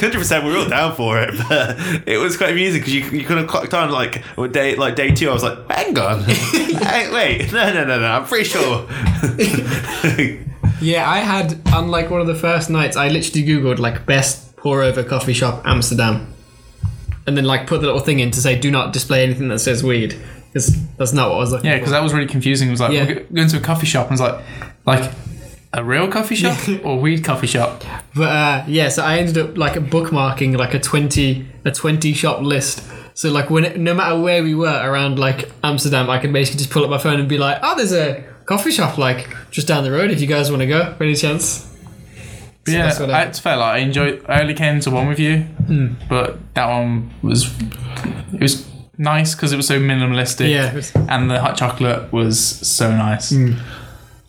hundred percent. We were all down for it, but it was quite amusing because you you could have clocked on like well, day like day two. I was like, hang on, hey, wait, no, no, no, no. I'm pretty sure. Yeah, I had on like one of the first nights, I literally googled like best pour over coffee shop Amsterdam, and then like put the little thing in to say do not display anything that says weed. 'Cause that's not what I was looking Yeah, for. because that was really confusing. It was like Yeah. we're go- going to a coffee shop, and it's like like a real coffee shop or weed coffee shop. But uh, yeah, so I ended up like bookmarking like a twenty a twenty shop list. So like when no matter where we were around like Amsterdam, I could basically just pull up my phone and be like, oh, there's a coffee shop like just down the road if you guys want to go by any chance. But yeah, that's what I- Hmm. it's fair. Like I enjoyed. I only came to one with you, but that one was it was nice because it was so minimalistic. Yeah. Hmm. and the hot chocolate was so nice.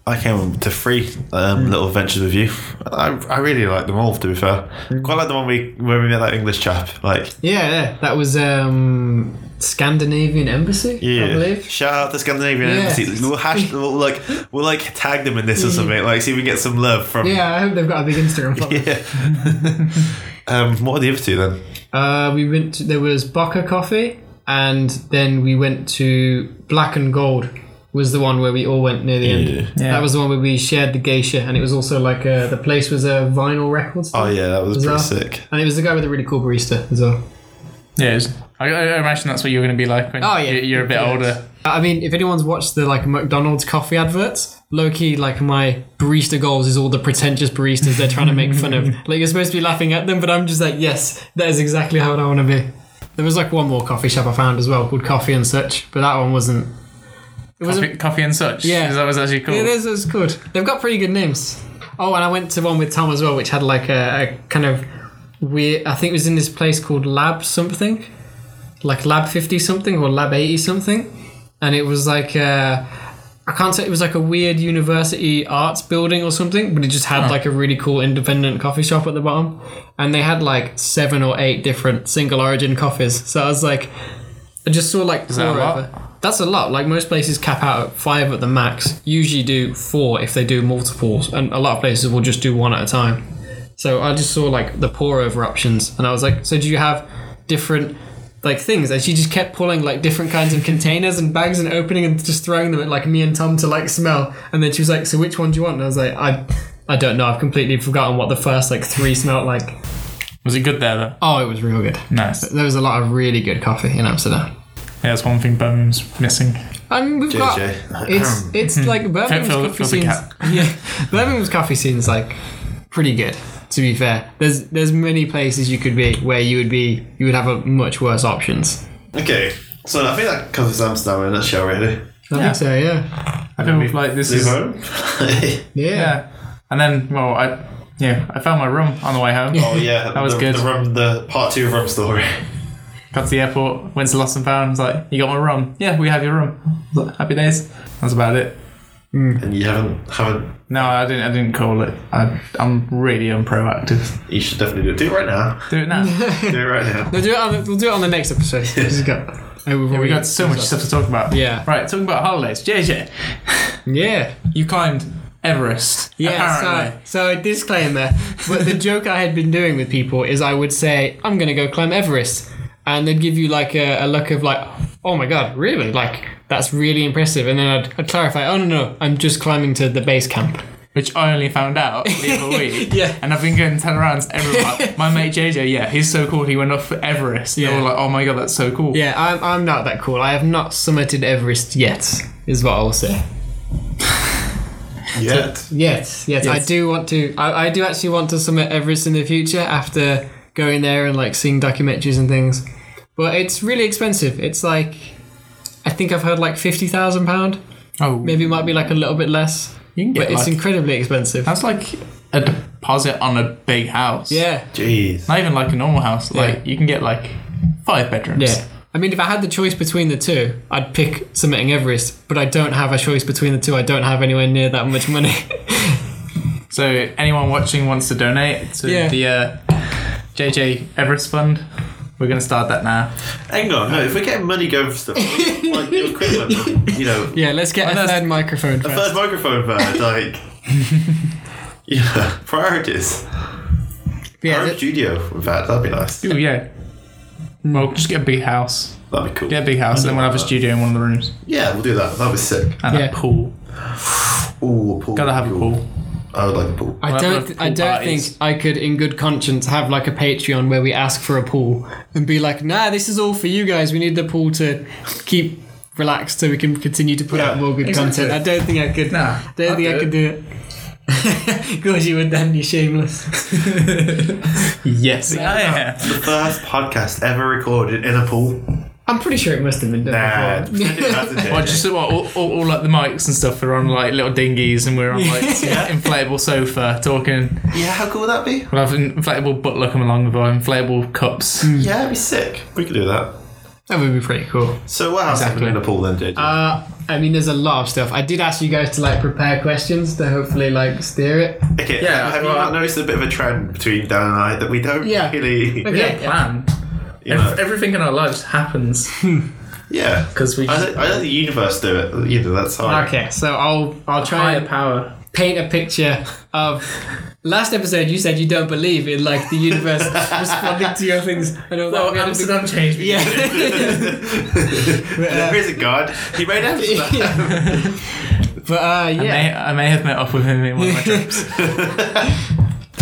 I came to three um, little adventures with you. I, I really like them all, to be fair. Quite like the one we when we met that English chap. Like, Yeah, yeah, that was um Scandinavian embassy, yeah. I believe. Shout out to Scandinavian Yeah. Embassy. We'll hash, we'll like, we'll like tag them in this or something. Like, see if we can get some love from. Yeah, I hope they've got a big Instagram following. Yeah. um, what are the other two then? Uh, we went. To, there was Bocca Coffee, and then we went to Black and Gold. Was the one where we all went near the end. Yeah. That was the one where we shared the geisha, and it was also like a, the place was a vinyl record store, Oh yeah, that was pretty Bizarre. sick. and it was the guy with the really cool barista as well. Yeah, it was, I, I imagine that's what you're going to be like when Oh, yeah. you're, you're a bit Yeah. older. I mean, if anyone's watched the like McDonald's coffee adverts, low key, like my barista goals is all the pretentious baristas they're trying to make fun of. Like you're supposed to be laughing at them, but I'm just like, yes, that is exactly how I want to be. There was like one more coffee shop I found as well called Coffee and Such, but that one wasn't. It wasn't. Coffee, coffee and such. Yeah. is that was actually cool. Yeah, theirs was good. They've got pretty good names. Oh, and I went to one with Tom as well, which had like a, a kind of weird. I think it was in this place called Lab something, like Lab Fifty something or Lab Eighty something, and it was like uh, I can't say it was like a weird university arts building or something, but it just had like a really cool independent coffee shop at the bottom, and they had like seven or eight different single origin coffees. So I was like, I just saw like that pour a lot? That's a lot. Like most places cap out at five at the max. Usually do four if they do multiples, and a lot of places will just do one at a time. So I just saw like the pour over options, and I was like, so do you have different like things? And she just kept pulling like different kinds of containers and bags and opening and just throwing them at like me and Tom to like smell. And then she was like, so which one do you want? And I was like, I. I don't know. I've completely forgotten what the first like three smelt like. Was it good there though? Oh, it was real good. Nice. Yeah, There was a lot of really good coffee in Amsterdam. that's one thing Birmingham's missing. I mean, we've got JJ. it's it's Hmm. like Birmingham's Fill- fill coffee the scenes. gap. Yeah, Birmingham's coffee scenes like pretty good. To be fair, there's there's many places you could be where you would be you would have a much worse options. Okay, so I think that covers Amsterdam in a nutshell, really. I Yeah. think so. Yeah. I feel like this Leave is home? Yeah. yeah. And then well, I yeah, I found my room on the way home. oh, yeah. That was the, good. The, rum, the part two of Rum Story. Got to the airport, went to Lost and Found. Was like, you got my room? Yeah, we have your room. I was like, Happy days. That's about it. And you haven't, haven't, No, I didn't. I didn't call it. I, I'm really unproactive. you should definitely do it. Do it right now. Do it now. Do it right now. We'll do it on the, we'll do it on the next episode. This has got- oh, we've we already- got so much stuff to talk about. Yeah. Right. Talking about holidays. JJ, Yeah. you climbed Everest. Yeah, Apparently. so, so disclaimer. But the joke I had been doing with people is I would say, I'm going to go climb Everest. And they'd give you like a, a look of like, oh my God, really? Like, that's really impressive. And then I'd, I'd clarify, oh no, no, I'm just climbing to the base camp. Which I only found out the other week. Yeah. And I've been going ten rounds everywhere. My mate JJ, yeah, he's so cool. He went up for Everest. Yeah. They Yeah. were like, oh my god, that's so cool. Yeah, I'm, I'm not that cool. I have not summited Everest yet, is what I'll say. Yet. Yes, yes, I do want to. I, I do actually want to summit Everest in the future after going there and like seeing documentaries and things. But it's really expensive. It's like, I think I've heard like fifty thousand pound. Oh. Maybe it might be like a little bit less, You can get but it's like, incredibly expensive. that's like a deposit on a big house. Yeah, Jeez. Not even like a normal house. Like you can get like five bedrooms. yeah. I mean, if I had the choice between the two, I'd pick summiting Everest. But I don't have a choice between the two. I don't have anywhere near that much money. So anyone watching wants to donate to Yeah. the uh, JJ Everest Fund. We're gonna start that now. Hang on, no, if we're getting money going for stuff, like the equivalent, you know, yeah, let's get a that's- third microphone. a First. third microphone bird, like. Yeah, priorities. yeah, Our th- studio, in fact, that'd be nice. Ooh, yeah. Mm. Well, just get a big house. That'd be cool. Get a big house, and then we'll have a studio in one of the rooms Yeah, we'll do that. That'd be sick. and Yeah. a pool. Ooh, a pool. Uh, Gotta have a pool. I would like a pool. I Well, don't. I've Th- got I don't parties. think I could, in good conscience, have like a Patreon where we ask for a pool and be like, "Nah, this is all for you guys. We need the pool to keep relaxed so we can continue to put out more good exactly. content." I don't think I could. Nah, don't I'll think do I could do it. Of course you would then. You're shameless. Yes, I am. The first podcast ever recorded in a pool. I'm pretty sure it must have been done Nah. before. Well, just what, all, all, all like the mics and stuff are on like little dinghies, and we're on like some inflatable sofa talking. yeah, how cool would that be? We'll have an inflatable butler come along with our inflatable cups. Mm. Yeah, it'd be sick. We could do that. That would be pretty cool. So what else Exactly. happened in a pool then, JJ? Uh, I mean, there's a lot of stuff. I did ask you guys to like prepare questions to hopefully like steer it. okay, yeah, have well, you I- not noticed a bit of a trend between Dan and I that we don't Yeah. really... We don't Okay. plan. You know, Everything in our lives happens yeah. because we I just don't, I don't think the universe do it either, that's hard. Okay, so I'll I'll try and higher power. paint a picture of last episode you said you don't believe in like the universe responding to your things and all that. We had a big- changed. me. there is a god. He made Amsterdam. but uh, I, yeah, may, I may have met up with him in one of my trips.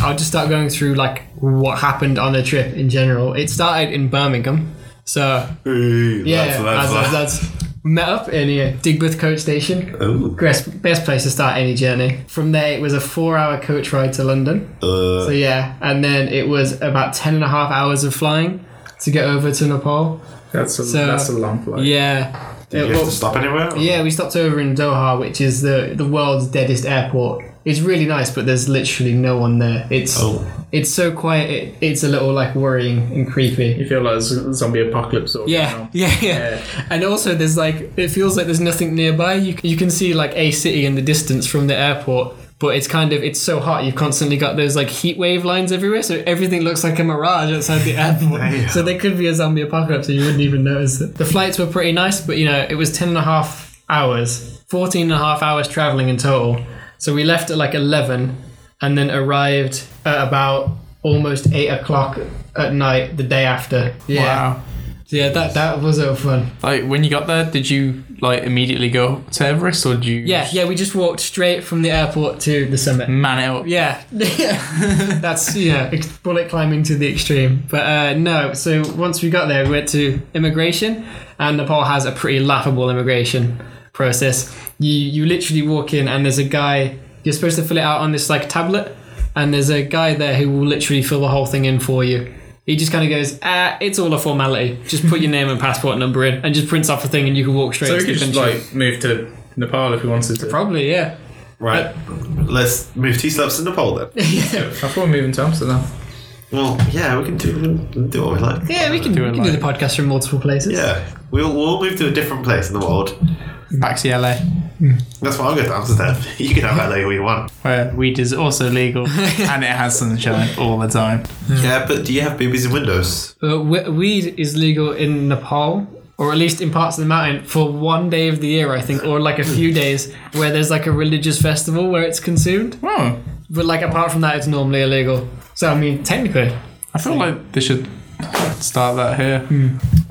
I'll just start going through like what happened on the trip in general. It started in Birmingham, so Ooh, yeah, that's- that's- that's, that's, met up in uh, Digbeth coach station. Ooh. Best, best place to start any journey. From there, it was a four-hour coach ride to London. Uh, So yeah, and then it was about 10 and a half hours of flying to get over to Nepal. That's a, So- that's a long flight. Yeah. you Uh, have well, to stop anywhere? yeah, we stopped over in Doha, which is the the world's deadest airport. It's really nice, but there's literally no one there. It's Oh. it's so quiet. It, it's a little like worrying and creepy. You feel like it's a zombie apocalypse or Yeah, yeah, yeah, And also, there's like it feels like there's nothing nearby. You c- you can see like a city in the distance from the airport, but it's kind of it's so hot. You've constantly got those like heat wave lines everywhere, so everything looks like a mirage outside the airport. so there could be a zombie apocalypse, and you wouldn't even notice it. The flights were pretty nice, but you know it was 10 and a half hours, 14 and a half hours traveling in total. So we left at like 11 and then arrived at about almost 8 o'clock at night the day after. Yeah. Wow. Yeah, that that was so fun. Like when you got there, did you like immediately go to Everest or did you? Yeah, yeah, we just walked straight from the airport to the summit. Man it up. Yeah, that's yeah, ex- bullet climbing to the extreme. But uh, no, so once we got there, we went to immigration, and Nepal has a pretty laughable immigration process. You you literally walk in, and there's a guy. You're supposed to fill it out on this like tablet, and there's a guy there who will literally fill the whole thing in for you. He just kind of goes, ah, it's all a formality. Just put your name and passport number in, and just prints off a thing, and you can walk straight. So to we the could just country. like move to Nepal if we wanted to. Probably, yeah. Right. Let's move two slabs to Nepal then. I thought we were moving to Amsterdam. well, yeah, we can do do what we like. Yeah, we can, Do do, it we can do the live. podcast from multiple places. Yeah, we'll we'll move to a different place in the world. Back to LA, That's why I'll go to Amsterdam. You can have LA all you want. where weed is also legal and it has sunshine all the time. Yeah, but do you have boobies in windows? Uh, we- weed is legal in Nepal, or at least in parts of the mountain, for one day of the year, I think, or like a few days where there's like a religious festival where it's consumed. Hmm. Oh, But like apart from that, it's normally illegal. So I mean, technically. I feel like they should start that here.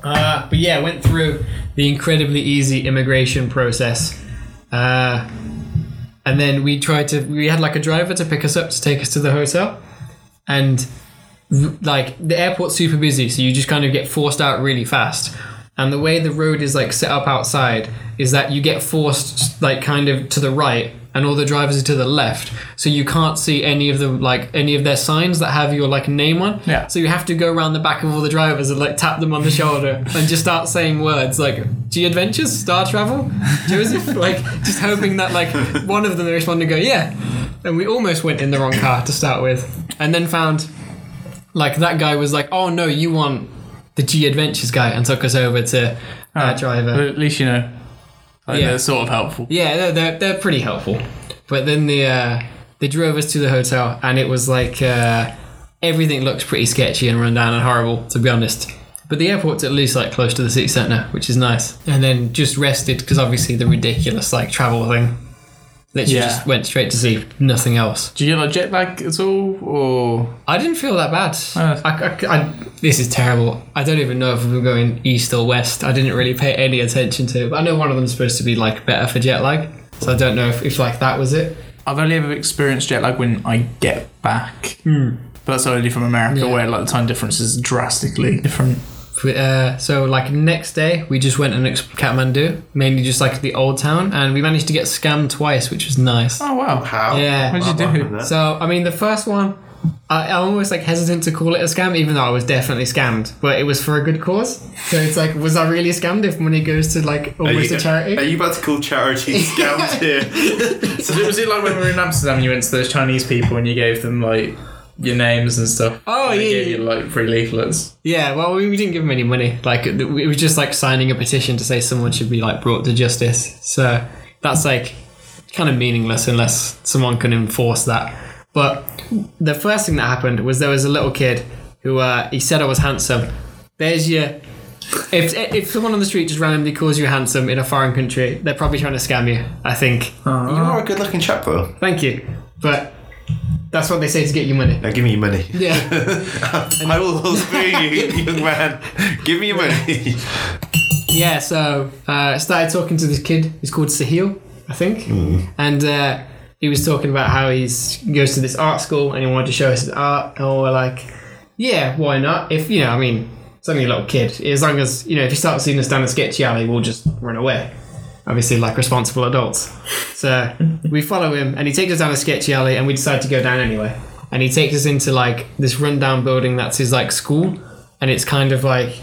Uh, but yeah, went through the incredibly easy immigration process. Uh, and then we tried to, we had like a driver to pick us up to take us to the hotel. And like the airport's super busy, so you just kind of get forced out really fast. And the way the road is like set up outside is that you get forced like kind of to the right, and all the drivers are to the left, so you can't see any of the like any of their signs that have your like name on. Yeah. So you have to go around the back of all the drivers and like tap them on the shoulder and just start saying words like G Adventures, Star Travel, Joseph, like just hoping that like one of them they respond and go yeah. And we almost went in the wrong car to start with, and then found like that guy was like, "Oh no, you want the G Adventures guy," and took us over to our But driver. at least you know, like, Yeah. they're sort of helpful. Yeah, they're, they're they're pretty helpful. But then the uh, they drove us to the hotel, and it was like uh, everything looked pretty sketchy and run down and horrible, to be honest. But the airport's at least like close to the city centre, which is nice. And then just rested because obviously the ridiculous like travel thing. Literally Yeah. just went straight to sleep, nothing else. Do you get like jet lag at all, or I didn't feel that bad. Oh. I, I- I- this is terrible. I don't even know if we were going east or west. I didn't really pay any attention to it. But I know one of them's supposed to be like better for jet lag. So I don't know if, if like that was it. I've only ever experienced jet lag when I get back. But that's only from America, Hmm. Yeah. where like the time difference is drastically different. But, uh, so like next day we just went and ex- Kathmandu, mainly just like the old town, and we managed to get scammed twice, which was nice. Oh wow! How? Yeah. What did you do? So I mean, the first one, I, I'm almost like hesitant to call it a scam, even though I was definitely scammed. But it was for a good cause, so it's like, was I really scammed if money goes to like Are almost you, a charity? are you about to call charity scams here? So was it like when we were in Amsterdam and you went to those Chinese people and you gave them like your names and stuff? Oh, and yeah, They gave yeah. you like free leaflets. Yeah, well, we we didn't give him any money. Like, it it was just like signing a petition to say someone should be like brought to justice. So that's like kind of meaningless unless someone can enforce that. But the first thing that happened was there was a little kid who uh, he said I was handsome. There's your. If, if someone on the street just randomly calls you handsome in a foreign country, they're probably trying to scam you, I think. you are a good-looking chap, though. Thank you. But that's what they say to get you money. Now give me your money. Yeah. I will pay you, young man. Give me your money. Yeah, so uh, I started talking to this kid. He's called Sahil, I think. And uh, he was talking about how he's he goes to this art school and he wanted to show us his art. And we're like, yeah, why not? If, you know, I mean, it's only a little kid. As long as, you know, if you start seeing us down a sketchy alley, we'll just run away. Obviously, like responsible adults. So we follow him and he takes us down a sketchy alley and we decide to go down anyway. And he takes us into like this rundown building that's his like school. And it's kind of like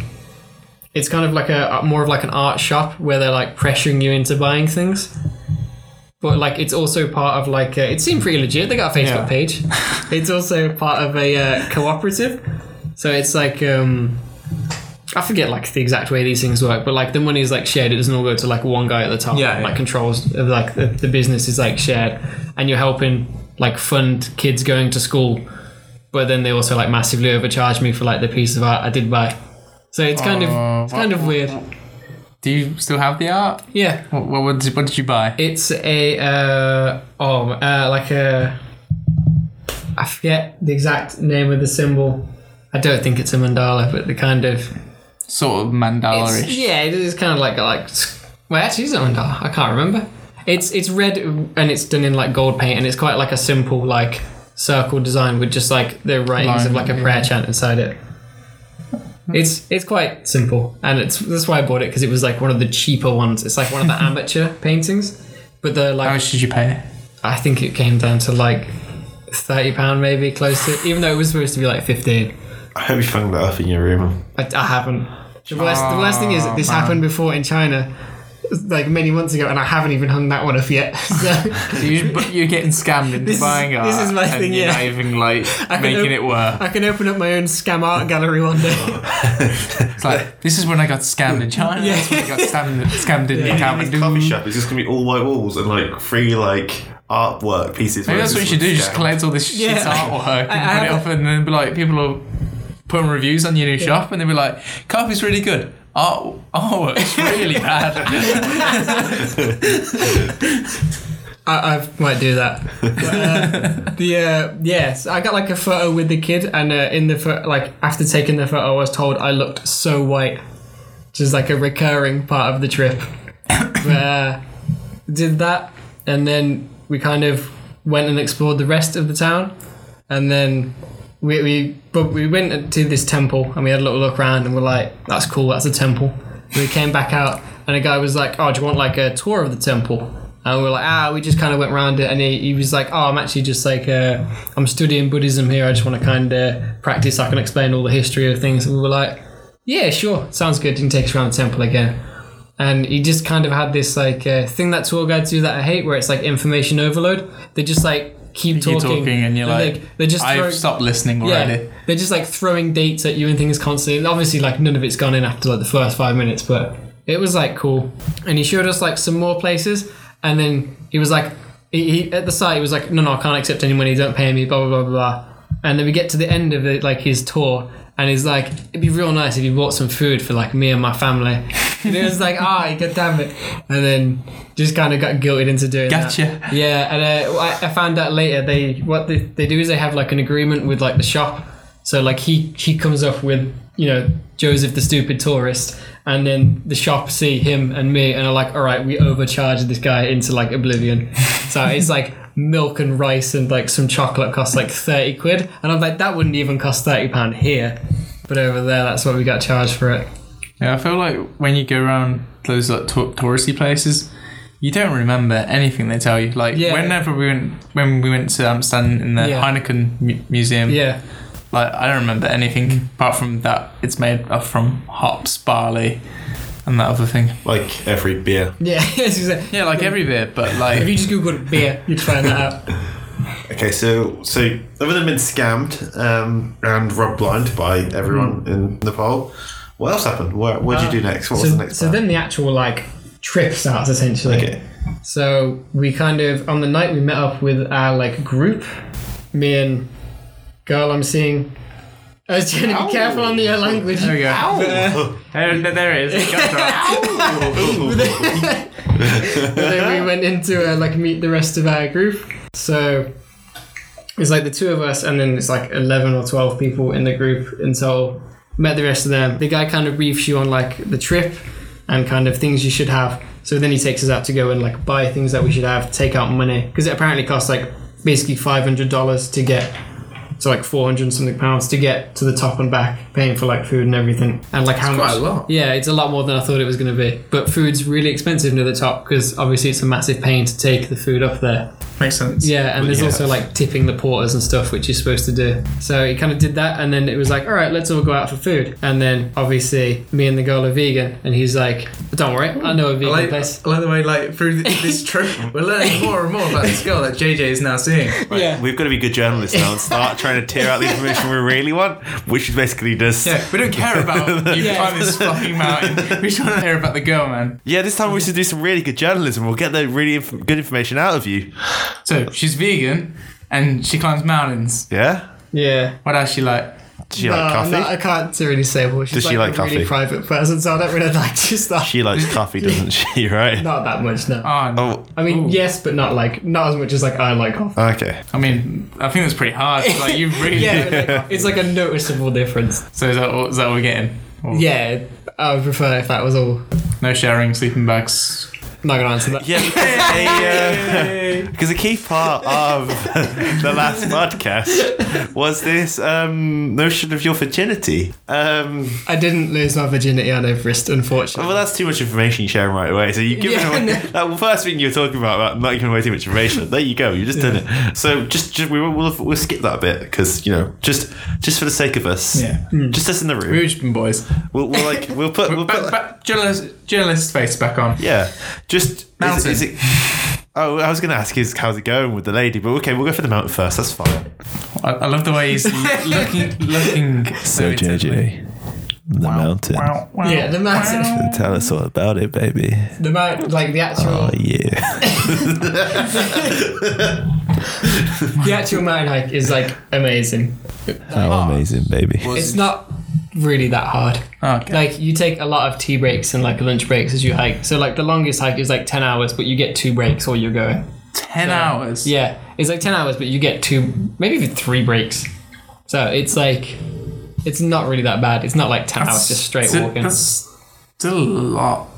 it's kind of like a more of like an art shop where they're like pressuring you into buying things. But like, it's also part of like uh, it seemed pretty legit. They got a Yeah. Facebook page. It's also part of a uh, cooperative. So it's like um, I forget like the exact way these things work, but like the money is like shared. It doesn't all go to like one guy at the top. Yeah, yeah. Like controls of, like the, the business is like shared, and you're helping like fund kids going to school. But then they also like massively overcharged me for like the piece of art I did buy. So it's kind Oh, of it's kind of weird. Do you still have the art? Yeah. What, what, what, did, what did you buy? It's a uh, oh uh, like a I forget the exact name of the symbol. I don't think it's a mandala, but the kind of sort of mandala it's, ish. yeah, it is kind of like like well, actually, it's a mandala. I can't remember. It's it's red and it's done in like gold paint, and it's quite like a simple like circle design with just like the writings of Line, like a prayer chant inside it. It's it's quite simple, and it's that's why I bought it because it was like one of the cheaper ones. It's like one of the amateur paintings, but the like How much did you pay? I think it came down to like thirty pound, maybe close to. Even though it was supposed to be like fifteen, I hope you found that up in your room. I, I haven't. The worst, the worst thing is this happened before in China, like many months ago, and I haven't even hung that one up yet. So So you, but you're getting scammed into This is- buying art. this is my and thing, You're yeah. not even like can making op- it work. I can open up my own scam art gallery one day. It's like this is when I got scammed in China. Yeah. That's when I got scammed, scammed in His coffee Kathmandu. shop is just gonna be all white walls and like free like artwork pieces. Maybe where that's it's what you should do. Just scanned. collect all this shit Yeah. artwork and I- I put it have- up, and then be like, people will put reviews on your new shop, and they'll be like, "Coffee's really good. Art artwork's really bad." I, I might do that. But, uh, the uh, yes, I got like a photo with the kid, and uh, in the pho- like after taking the photo, I was told I looked so white, which is like a recurring part of the trip. but, uh, did that, and then we kind of went and explored the rest of the town, and then. We, we but we went to this temple and we had a little look around and we're like that's cool that's a temple we came back out and a guy was like oh do you want like a tour of the temple and we were like ah we just kind of went around it and he, he was like oh i'm actually just like uh, i'm studying buddhism here i just want to kind of practice i can explain all the history of things and we were like yeah sure sounds good you can take us around the temple again and he just kind of had this like uh, thing that tour guides do that i hate where it's like information overload they just like keep You're talking, talking, and you're like, they just throw- I've stopped listening already. yeah, they're just like throwing dates at you and things constantly. And obviously, like none of it's gone in after like the first five minutes, but it was like cool. And he showed us like some more places, and then he was like, he, he at the site he was like, no, no, I can't accept any money. Don't pay me. Blah blah blah blah. blah. And then we get to the end of it, like his tour, and he's like, it'd be real nice if you bought some food for like me and my family. and it was like, ah, god damn it. And then just kind of got guilted into doing that. Gotcha. Yeah, and uh, I, I found out later they what they, they do is they have like an agreement with like the shop. So like he he comes up with you know Joseph the stupid tourist, and then the shop see him and me and are like, all right, we overcharged this guy into like oblivion. So it's like milk and rice and like some chocolate costs like thirty quid, and I'm like that wouldn't even cost thirty pound here, but over there that's what we got charged for it. Yeah, I feel like when you go around those like to- touristy places, you don't remember anything they tell you. Like Yeah. whenever we went when we went to Amsterdam in the Yeah. Heineken mu- Museum, Yeah, like I don't remember anything apart from that it's made up from hops, barley, and that other thing. like every beer. yeah. As you said, Yeah, like every bit, but like if you just googled beer, you'd find that out. Okay, so so other than being scammed um, and robbed blind by everyone in Nepal, what else happened? What what did you do next? What so, was the next? so plan? then the actual like trip starts essentially okay, so we kind of on the night we met up with our like group me and girl i'm seeing i was trying to be careful on the uh, language there we go. There, there it is. but then we went into uh, like meet the rest of our group. So it's like the two of us, and then it's like eleven or twelve people in the group in total. Met the rest of them. The guy kind of briefs you on like the trip and kind of things you should have. So then he takes us out to go and like buy things that we should have, take out money because it apparently costs like basically five hundred dollars to get so like 400 and something pounds to get to the top and back paying for like food and everything and like how much quite a lot. yeah it's a lot more than i thought it was going to be but food's really expensive near the top because obviously it's a massive pain to take the food up there Makes sense. Yeah, and there's Yeah. also like tipping the porters and stuff, which you're supposed to do. So he kind of did that, and then it was like, all right, let's all go out for food. And then obviously, me and the girl are vegan, and he's like, don't worry, I know a I vegan like, place. I like the way, like through th- this trip, we're learning more and more about this girl that JJ is now seeing. Right, Yeah. We've got to be good journalists now and start trying to tear out the information we really want, which is basically just. Yeah, Yeah, we don't care about you Yeah. climbing this fucking mountain. We just want to hear about the girl, man. this time we should do some really good journalism. We'll get the really inf- good information out of you. So she's vegan and she climbs mountains. Yeah? Yeah. What else she like? Does she like coffee? No, I can't really say what she's Does she like, like a really private person, so I don't really like to stuff. She likes coffee, doesn't she? Right? Not that much, no. Oh, no. Oh, I mean, yes, but not like not as much as like I like coffee. okay. I mean, I think that's pretty hard. Like you Oh, really. Yeah, but, like, it's like a noticeable difference. So is that, all, is that what we're getting? Or Yeah, I would prefer if that was all. No sharing sleeping bags. I'm not gonna answer that. Yeah, because a, uh, 'cause a key part of the last podcast was this um, notion of your virginity. Um, I didn't lose my virginity on Everest, unfortunately. well, that's too much information you're sharing right away. So you've given Yeah, away no. that first thing you're talking about, about not giving away too much information. There you go. You just done it. So just, just we will, we'll, we'll skip that bit because you know just just for the sake of us, Yeah. Mm. just us in the We've room. just been boys. We'll, we'll like we'll put we'll put Back, back, journalist, journalist face back on. Yeah, just is, Mountain. is it? Oh, I was going to ask is how's it going with the lady, but okay, we'll go for the mountain first. That's fine. I, I love the way he's l- looking, looking so, intently. the mountain. Wow, wow, Yeah, the mountain. wow. Tell us all about it, baby. the amount, like the actual. Oh, yeah. The actual mountain hike is like amazing. How amazing, baby. It's not really that hard. Okay. Like you take a lot of tea breaks and like lunch breaks as you hike. So like the longest hike is like ten hours, but you get two breaks while you're going. Ten hours. Yeah, it's like ten hours, but you get two, maybe even three breaks. So it's like, it's not really that bad. It's not like ten hours just straight That's- walking. That's still a lot.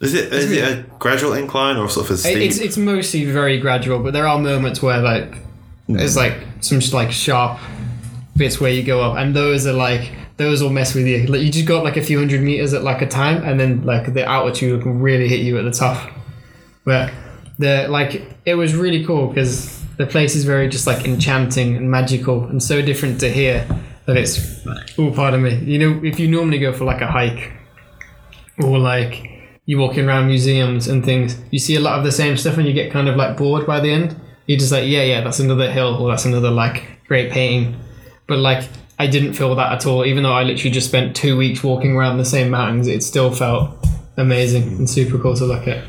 Is it is it a gradual incline or sort of a steep? It's it's mostly very gradual, but there are moments where like there's like some sh- like sharp bits where you go up, and those are like those will mess with you. Like you just go up like a few hundred meters at like a time, and then like the altitude can really hit you at the top. But the like it was really cool because the place is very just like enchanting and magical, and so different to here that it's oh pardon me. You know if you normally go for like a hike or like you walking around museums and things, you see a lot of the same stuff and you get kind of like bored by the end. You're just like, yeah, yeah, that's another hill or that's another like great painting. But like, I didn't feel that at all. Even though I literally just spent two weeks walking around the same mountains, it still felt amazing and super cool to look at.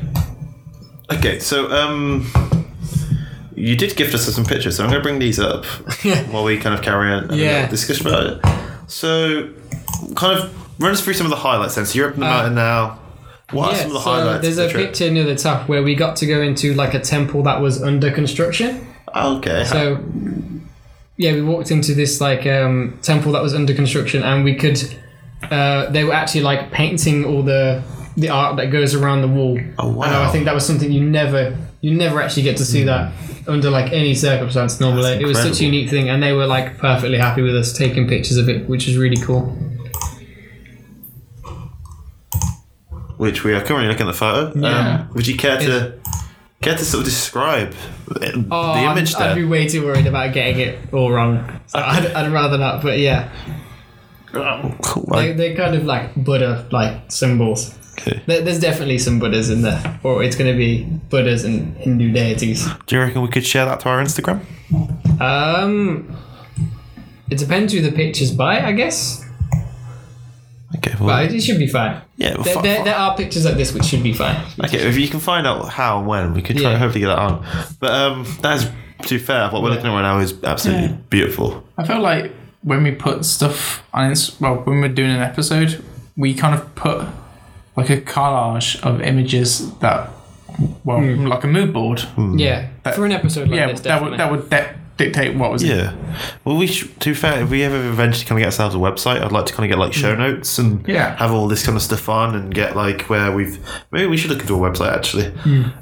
okay, so um, you did gift us some pictures, so I'm going to bring these up while we kind of carry on a Yeah. discussion about it. So, kind of run us through some of the highlights then. So you're up in the mountain now. What are some of the highlights? Uh, there's of a the trip? picture near the top where we got to go into like a temple that was under construction. Okay. So yeah, we walked into this like um, temple that was under construction, and we could. Uh, they were actually like painting all the the art that goes around the wall. Oh, wow. Hmm. And I think that was something you never you never actually get to see that under like any circumstance normally. That's It was such a incredible. unique thing, and they were like perfectly happy with us taking pictures of it, which is really cool. which we are currently looking at the photo. Yeah. Um, would you care to care to sort of describe the Oh, the image I'd, I'd be there? way too worried about getting it all wrong. So I'd, I'd rather not. But yeah, Oh, cool. They, they're kind of like Buddha like symbols. Okay. There, there's definitely some Buddhas in there, or it's going to be Buddhas and Hindu deities. Do you reckon we could share that to our Instagram? Um, it depends who the picture's by, I guess. Okay. Well, But it should be fine. yeah. Well, There, fuck- there, fuck. there are pictures like this which should be fine. Okay. If you can find out how and when, we could try Yeah. and hopefully get that on. But um, that's too fair. What we're looking at right now is absolutely Yeah. beautiful. I feel like when we put stuff on, Inst- well, when we're doing an episode, we kind of put like a collage of images that, well, like a mood board. Yeah, for an episode like Hmm. Uh, Yeah, this, that definitely. would that would de- dictate what was. Yeah. Well, we should, to be fair, if we ever eventually kind of get ourselves a website, I'd like to kind of get like show notes and Yeah. have all this kind of stuff on and get like where we've maybe we should look into a website actually.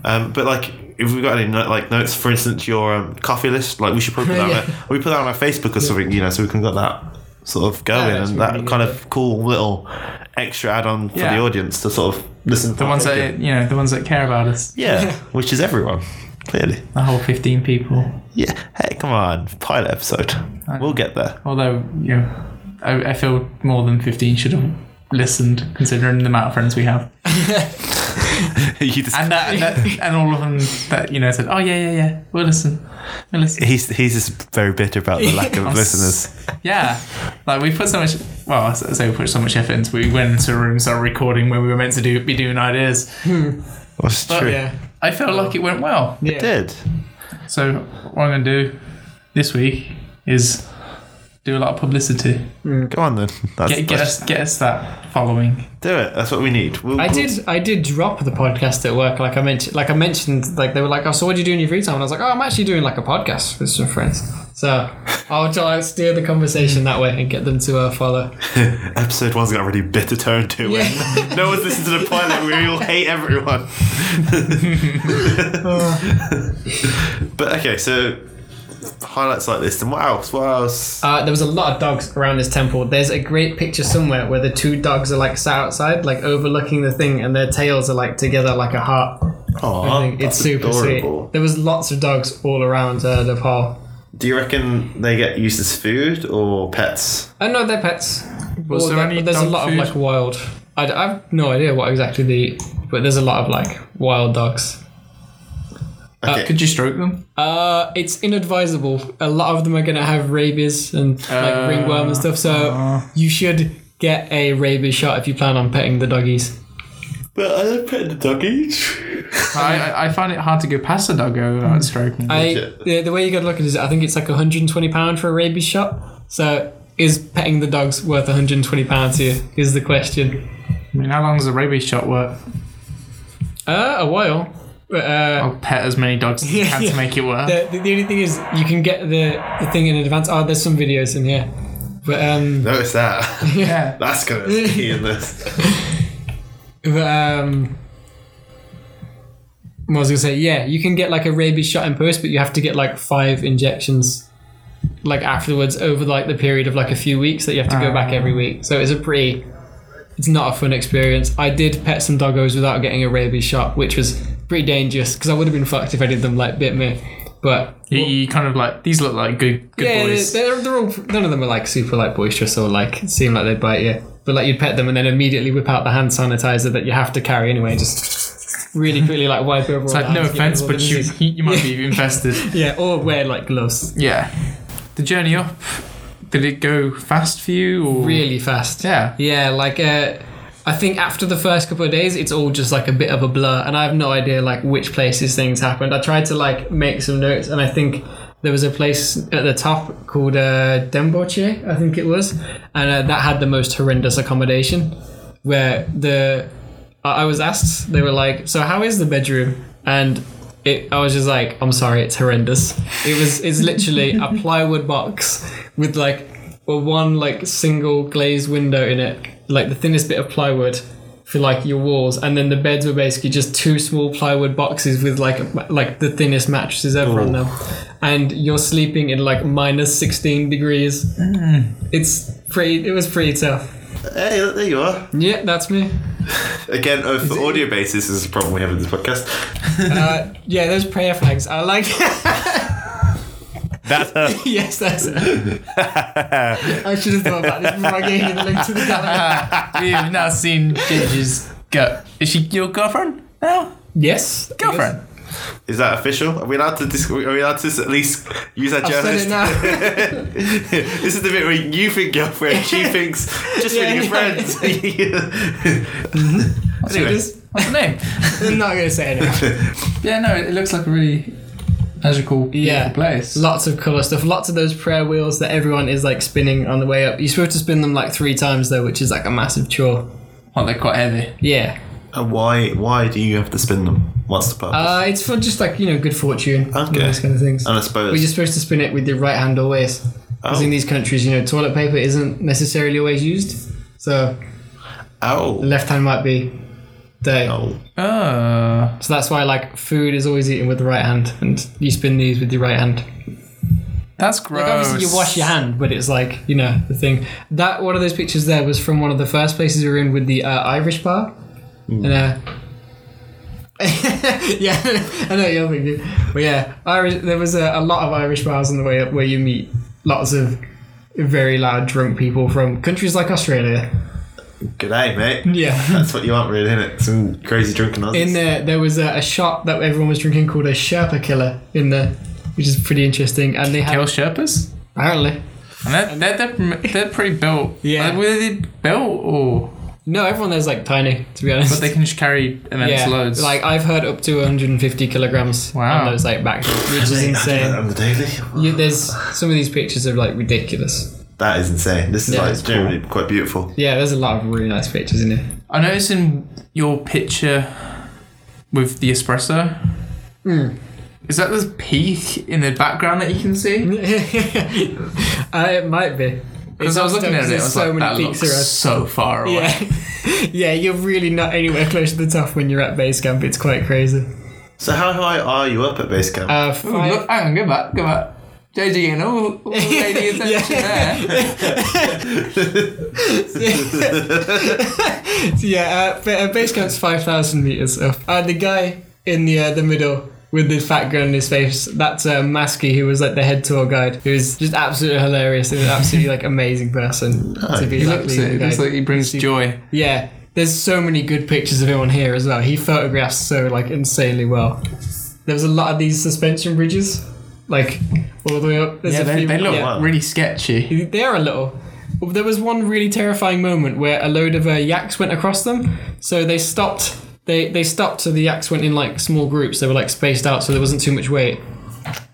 Um, but like if we've got any no- like notes, for instance, your um, coffee list, like we should probably put that on Yeah. our, we put that on our Facebook or something, you know, so we can get that sort of going that's and really that good. kind of cool little extra add on for Yeah. the audience to sort of listen. to The ones that you know, the ones that care about us. yeah, which is everyone. Clearly. The whole 15 people. Yeah. Hey, come on. Pilot episode. We'll get there. Although, you know, I, I feel more than 15 should have listened, considering the amount of friends we have. you just, And that, and, that, and all of them that, you know, said, oh, yeah, yeah, yeah, we'll listen. We'll listen. he's he's just very bitter about the lack of I'm s- listeners. Yeah. Like, we put so much, well, I say we put so much effort into We went into a room, started recording where we were meant to do be doing ideas. That's true. Oh, Yeah. I felt like it went well. It did. So, what I'm going to do this week is do a lot of publicity. Go on then. That's, Get, get, that's- us, get us that following. do it. That's what we need. We'll, I we'll- did. I did drop the podcast at work. Like I mentioned. Like I mentioned. Like they were like, "Oh, so what do you do in your free time?" And I was like, "Oh, I'm actually doing like a podcast with some friends." So I'll try and steer the conversation that way and get them to uh, follow. Episode one's got a really bitter tone to it. no one's listened to the pilot. We all hate everyone. but okay, so highlights like this. And what else? What else? Uh, there was a lot of dogs around this temple. There's a great picture somewhere where the two dogs are like sat outside, like overlooking the thing, and their tails are like together like a heart. Aw, thing. It's that's super sweet. There was lots of dogs all around uh, Nepal. Do you reckon they get used as food or pets? I know Uh, they're pets. Was Or there they- any there's a dog lot food? of like wild. I, d- I have no idea what exactly they eat, but there's a lot of like wild dogs. Okay. Could you stroke them? Uh, it's inadvisable. A lot of them are gonna have rabies and like Uh, uh-huh. ringworm and stuff. So you should get a rabies shot if you plan on petting the doggies. but I don't pet the doggies. I, I- I find it hard to go past the doggo without stroking. them. I the, the way you gotta look at it is I think it's like 120 pound for a rabies shot. So is petting the dogs worth 120 pounds to you? Is the question. I mean, how long is a rabies shot worth? Uh, a while. Uh, I'll pet as many dogs as I can to make it work. The, the, the only thing is, you can get the, the thing in advance. Oh, there's some videos in here. But, um, Notice that. Yeah. That's gonna be in this. but, um, what was I gonna say? Yeah, you can get like a rabies shot in post, but you have to get like five injections, like afterwards, over like the period of like a few weeks that you have to go back every week. So it's a pretty, it's not a fun experience. I did pet some doggos without getting a rabies shot, which was pretty dangerous because I would have been fucked if I did them like bit me. But You, you kind of like these look like good good yeah, boys. They're, they're all, none of them are like super like boisterous or like seem like they'd bite you. But like you'd pet them and then immediately whip out the hand sanitizer that you have to carry anyway, and just really quickly like wipe over. all It's like the no hands, get offense, rid of all but the you disease. you might be infested. yeah, or wear like gloves Yeah. The journey up. Did it go fast for you? Or? really fast. Yeah. yeah, like uh, I think after the first couple of days, it's all just like a bit of a blur, and I have no idea like which places things happened. I tried to like make some notes, and I think there was a place at the top called uh, Demboche, I think it was, and uh, that had the most horrendous accommodation, where the I I was asked, they were like, "So how is the bedroom?" and it, I was just like, I'm sorry, it's horrendous. It was, it's literally a plywood box with like a one like single glazed window in it, like the thinnest bit of plywood for like your walls, and then the beds were basically just two small plywood boxes with like a- like the thinnest mattresses ever on them, and you're sleeping in like minus 16 degrees. It's pretty. It was pretty tough. Hey, look, there you are. Yeah, that's me. Again, uh, for audio basis, this is a problem we have in this podcast. Uh, yeah, those prayer flags. I like. That's her. Yes, that's it. I should have thought about this before I gave you the link to the calendar. We've now seen Ginger's gut. Is she your girlfriend? No, Yes, girlfriend. Is that official? Are we allowed to? Dis- are we allowed to s- at least use our I guess. I've said journalist? it now. this is the bit where you think girlfriend, she thinks just Yeah, really yeah. friends. anyway, Just- What's her name? I'm not going to say it now. yeah, no, it looks like a really magical, beautiful Yeah. place. Lots of colour stuff. Lots of those prayer wheels that everyone is like spinning on the way up. You're supposed to spin them like three times though, which is like a massive chore. Well, Oh, they're quite heavy. Yeah. and Uh, why why do you have to spin them? What's the purpose? Uh, it's for just like, you know, good fortune. Okay. Those kind of things. and I But suppose you're supposed to spin it with your right hand always. Because Oh. in these countries, you know, toilet paper isn't necessarily always used. So the ow, left hand might be dirty. ow. Oh, So that's why like food is always eaten with the right hand, and you spin these with your right hand. that's gross. Like obviously you wash your hand, but it's like you know the thing. That one of those pictures there was from one of the first places we were in with the uh, Irish bar, and uh, yeah, I know you're thinking. But yeah, Irish, there was a, a lot of Irish bars on the way up where you meet lots of very loud drunk people from countries like Australia. G'day, mate. Yeah. That's what you want, really, isn't it? Some crazy drunken Aussies. In there, there was a, a shop that everyone was drinking called a Sherpa Killer in there, which is pretty interesting. And they Kill had, Sherpas? apparently, And they're, they're, they're, they're pretty built. Yeah. Like, were they built or. no, everyone there's like tiny, to be honest. But they can just carry immense yeah, loads. like I've heard up to 150 kilograms Wow. on those like back, which Mate, I is do that insane. on the daily. You, there's some of these pictures are like ridiculous. That is insane. This is Yeah, it's like generally quite beautiful. Yeah, there's a lot of really nice pictures in here. I noticed in your picture with the espresso. Hmm. Is that the peak in the background that you can Mm. see? uh, it might be. Because I was looking at it, I There's was so like, that many peaks looks around. so far away. Yeah. yeah, you're really not anywhere close to the top when you're at base camp. It's quite crazy. So how high are you up at base camp? Uh, Ooh, five, look, hang on, go back, go back. JJ getting all, all lady attention there. yeah, uh, ba- uh, base camp's 5,000 meters up. Uh, the guy in the uh, the middle with the fat girl in his face, that's uh, Maskey, who was like the head tour guide, who is just absolutely hilarious and an absolutely like amazing person to be He like, looks leading it. It's guide. like he brings joy. Yeah, there's so many good pictures of him on here as well. He photographs so like insanely well. There was a lot of these suspension bridges, like all the way up. There's Yeah, a they, few, they look yeah. really sketchy. They are a little. Well, There was one really terrifying moment where a load of uh, yaks went across them, so they stopped. They they stopped, so the yaks went in like small groups. They were like spaced out, so there wasn't too much weight.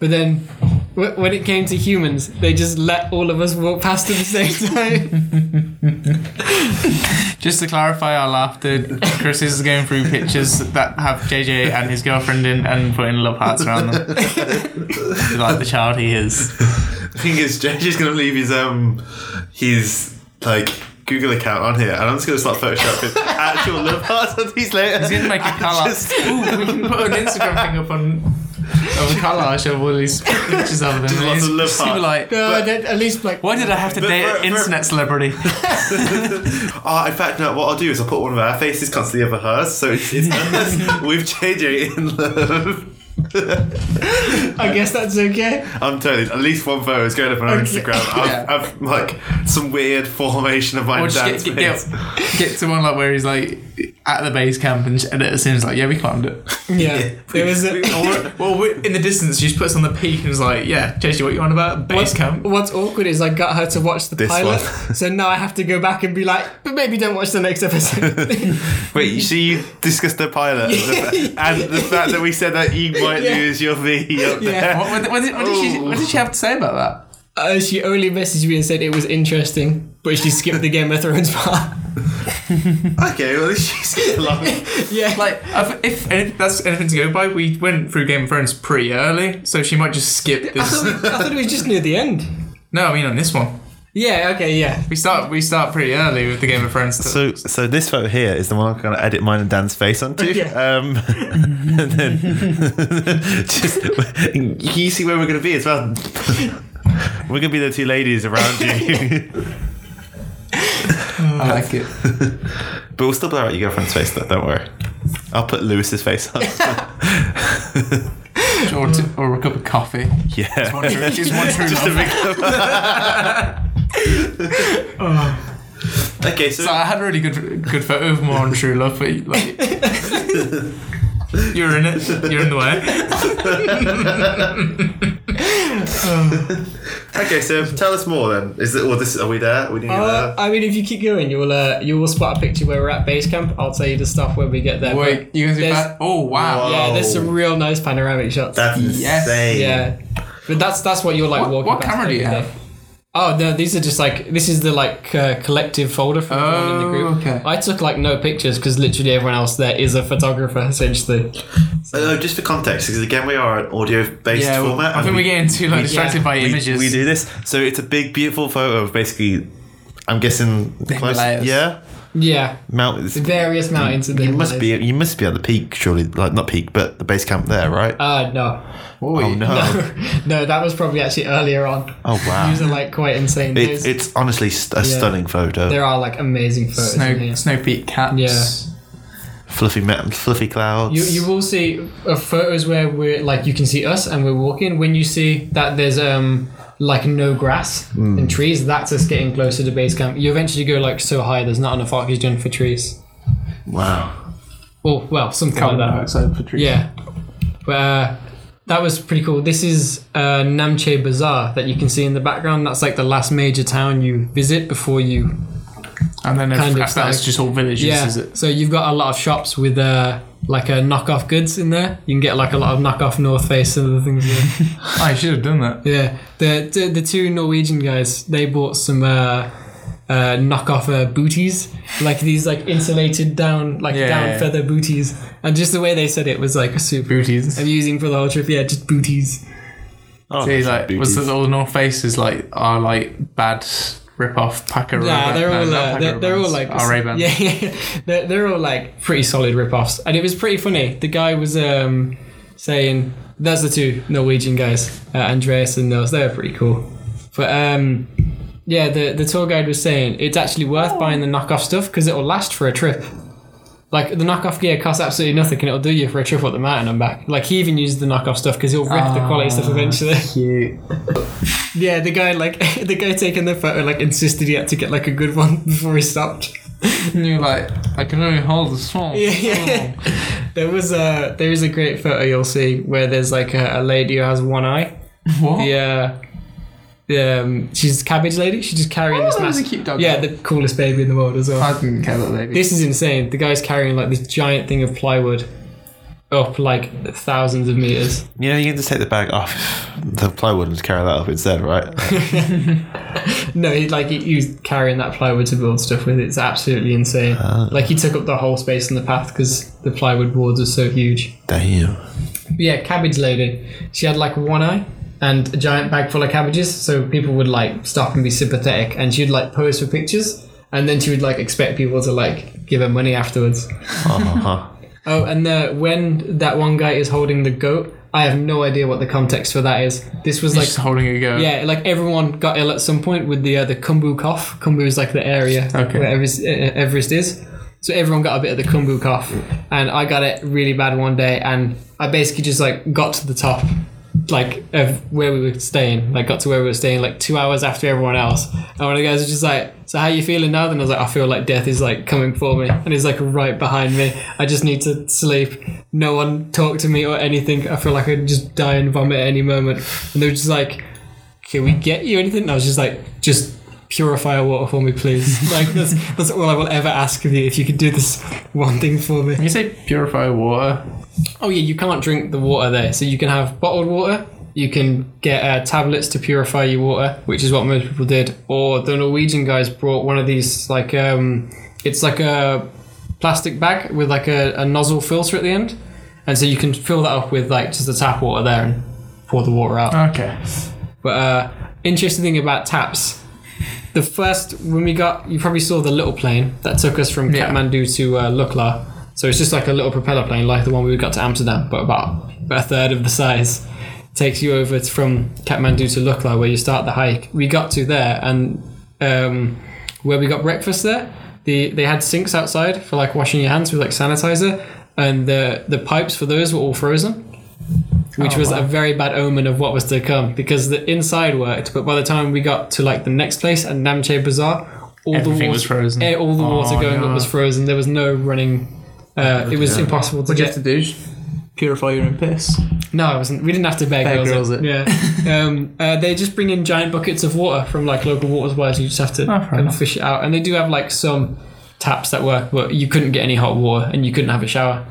But then, wh- when it came to humans, they just let all of us walk past at the same time. Just to clarify our laughter, Chris is going through pictures that have JJ and his girlfriend in and putting love hearts around them. like the child he is. The thing is, JJ's gonna leave his um, his like Google account on here, and I'm just gonna start photoshopping actual love hearts on these later. He's gonna make a And collage. just- Ooh, we can put an Instagram thing up on of a collage of all these pictures of them. Just lots of And love he's- he'll be hearts. like, No, that- at least like why did I have to But- date but- an but- internet celebrity? Oh, in fact, no. What I'll do is I'll put one of our faces constantly over hers, so it's, it's us with JJ in love. I guess that's okay. I'm telling you, at least one photo is going up on our Okay. Instagram. I've, Yeah. I've like some weird formation of my Or dad's just get, face. get, get, get to one like where he's like at the base camp and, and it seems like yeah we climbed it. Yeah, there was a, Or, well, we- in the distance, she just puts on the peak and is like, "Yeah, JJ, what you on about? Base camp." What's awkward is I got her to watch the This pilot, one. so now I have to go back and be like, but maybe don't watch the next episode. Wait, you see, you discussed the pilot and the fact that we said that you might Yeah. lose your V up there. yeah, What, what, what, did, what, did she, what did she have to say about that? uh, she only messaged me and said it was interesting, but she skipped the Game of Thrones part. Okay, well, she's getting along. yeah, like Like, if, if, if that's anything to go by, we went through Game of Thrones pretty early, so she might just skip I this. thought, we, I thought it was just near the end. No, I mean on this one. Yeah, okay, yeah. We start we start pretty early with the Game of Thrones. stuff. So, so this photo here is the one I'm going to edit mine and Dan's face onto. Yeah. Um, and then just can you see where we're going to be as well. we're going to be the two ladies around you, I like it. but we'll still blur out your girlfriend's face. Though, don't worry. I'll put Lewis's face on. Or, t- or a cup of coffee. yeah. Just one true Just a love. big. Oh. Okay, so So I had a really good good photo of more on true love, but like you're in it. You're in the way. okay, so tell us more then. Is it? Well, this are we there? Are we nearly Uh, I mean, if you keep going, you will uh, you will spot a picture where we're at base camp. I'll tell you the stuff when we get there. Wait, you guys are There's- back? Oh wow! but- yeah, there's some Whoa. real nice panoramic shots. That's Yes. insane. Yeah, but that's that's what you're like What- walking. what past camera do you every day. have? Oh no, these are just like this is the like uh, collective folder for everyone in the Oh, group. okay. I took like no pictures because literally everyone else there is a photographer essentially. Uh, just for context, because again, we are an audio-based Yeah, well, format. I and think we- we're getting too like distracted yeah. by we, images. we do this. So it's a big, beautiful photo of basically, I'm guessing, close, Himalayas. yeah, Yeah, mountains. various mountains. in the You must be Himalayas. you must be at the peak, surely. Like not peak, but the base camp there, right? Uh no, oh no! no, that was probably actually earlier on. Oh wow! These are like quite insane. It, Those- it's honestly st- a stunning photo. there are like amazing photos. in Snow here. Snow Peak cats. Yeah. fluffy me- fluffy clouds. You, you will see uh, photos where we're like you can see us and we're walking. When you see that there's um like no grass and trees, that's us getting closer to base camp. You eventually go like so high, there's not enough oxygen for trees. wow. Or well, something like that. dioxide for trees. Yeah. But, uh, that was pretty cool. This is uh, Namche Bazaar that you can see in the background. That's like the last major town you visit before you. And then if, Kind of if that's static. just all villages, Yeah. is it? So you've got a lot of shops with uh, like uh, knockoff goods in there. You can get like a lot of knockoff North Face and other things. there. I Oh, should have done that. Yeah, the, the the two Norwegian guys they bought some uh, uh, knockoff uh, booties, like these like insulated down like Yeah, down yeah. feather booties, and just the way they said it was like super Booties. amusing for the whole trip. Yeah, just booties. Oh, See, that's like, was booties. the all North Faces like are like bad rip-off Packer? Yeah, they're no, all uh, not they're, Paco they're all Rabannes, like our Ray-Bans. yeah, yeah. They're, they're all like pretty solid rip-offs, and it was pretty funny. The guy was um saying that's the two Norwegian guys, uh, Andreas and Nils. They're pretty cool, but um yeah, the the tour guide was saying it's actually worth buying the knockoff stuff because it'll last for a trip. Like the knockoff gear costs absolutely nothing, and it'll do you for a trip up the mountain and back. Like he even used the knockoff stuff because he'll rip the quality stuff eventually. Ah, cute. Yeah, the guy like the guy taking the photo like insisted he had to get like a good one before he stopped. And you're like, I can only hold the small. Yeah, yeah. There was a there is a great photo you'll see where there's like a, a lady who has one eye. What? Yeah. The, um, she's cabbage lady. She's just carrying this that was a massive. cute dog. Yeah, the coolest baby in the world as well. I didn't care about baby. this is insane. The guy's carrying like this giant thing of plywood up like thousands of meters. You know, you can just take the bag off the plywood and carry that up instead, right? No, he like he, he was carrying that plywood to build stuff with. It's absolutely insane. Like he took up the whole space on the path because the plywood boards are so huge. Damn. But yeah, cabbage lady. She had like one eye and a giant bag full of cabbages, so people would like stop and be sympathetic, and she'd like pose for pictures, and then she would like expect people to like give her money afterwards. Uh-huh. Oh, and the when that one guy is holding the goat, I have no idea what the context for that is. This was like just holding a go. yeah, like everyone got ill at some point with the uh, the Kumbu cough. Kumbu is like the area Okay. where Everest, uh, Everest is. So everyone got a bit of the Kumbu cough, and I got it really bad one day, and I basically just like got to the top, like of where we were staying. Like got to where we were staying like two hours after everyone else, and one of the guys was just like, "So how you feeling now?" Then I was like, "I feel like death is like coming for me, and he's like right behind me. I just need to sleep. No one talk to me or anything. I feel like I'd just die and vomit at any moment." And they were just like can we get you anything? And I was just like, just purify a water for me, please. like that's that's all I will ever ask of you. If you could do this one thing for me. Can you say purify water? Oh yeah, you can't drink the water there, so you can have bottled water. You can get uh, tablets to purify your water, which is what most people did. Or the Norwegian guys brought one of these like um, it's like a plastic bag with like a, a nozzle filter at the end, and so you can fill that up with like just the tap water there and pour the water out. Okay. But uh, interesting thing about taps. The first when we got, you probably saw the little plane that took us from Yeah. Kathmandu to uh, Lukla. So it's just like a little propeller plane, like the one we got to Amsterdam, but about, about a third of the size. Takes you over to, from Kathmandu to Lukla, where you start the hike. We got to there, and um, where we got breakfast there, the they had sinks outside for like washing your hands with like sanitizer, and the the pipes for those were all frozen which Oh, was a very bad omen of what was to come because the inside worked, but by the time we got to like the next place at Namche Bazaar, all the Everything water, was frozen. eh, all the water Oh, going no. up was frozen. There was no running. Uh, it was impossible to What do you get. have to do? Just Purify your own piss. No, I wasn't. We didn't have to beg. Bear girls Grylls it. Yeah. um, uh, they just bring in giant buckets of water from like local water supplies. You just have to Oh, fair kind of enough. fish it out, and they do have like some taps that work, but you couldn't get any hot water, and you couldn't have a shower.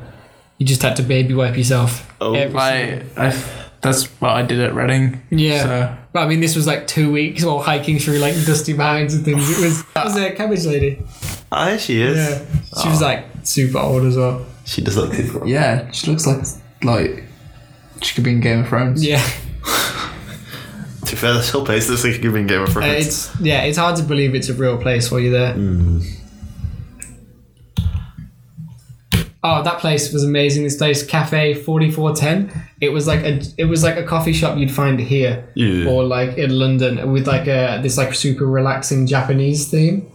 You just had to baby wipe yourself. Oh. every Like I, that's what I did at Reading. Yeah. So But I mean, this was like two weeks while hiking through like dusty mountains and things. It was it was a cabbage lady. Ah, there she is. Yeah, she was like super old as well. She does look different. yeah, she looks like like she could be in Game of Thrones. Yeah, To be fair, this whole place looks like you've been Game of Uh, Thrones. it's yeah, it's hard to believe it's a real place while you're there. Oh, that place was amazing. This place, Cafe Forty Four Ten. It was like a it was like a coffee shop you'd find here Yeah. or like in London with like a this like super relaxing Japanese theme.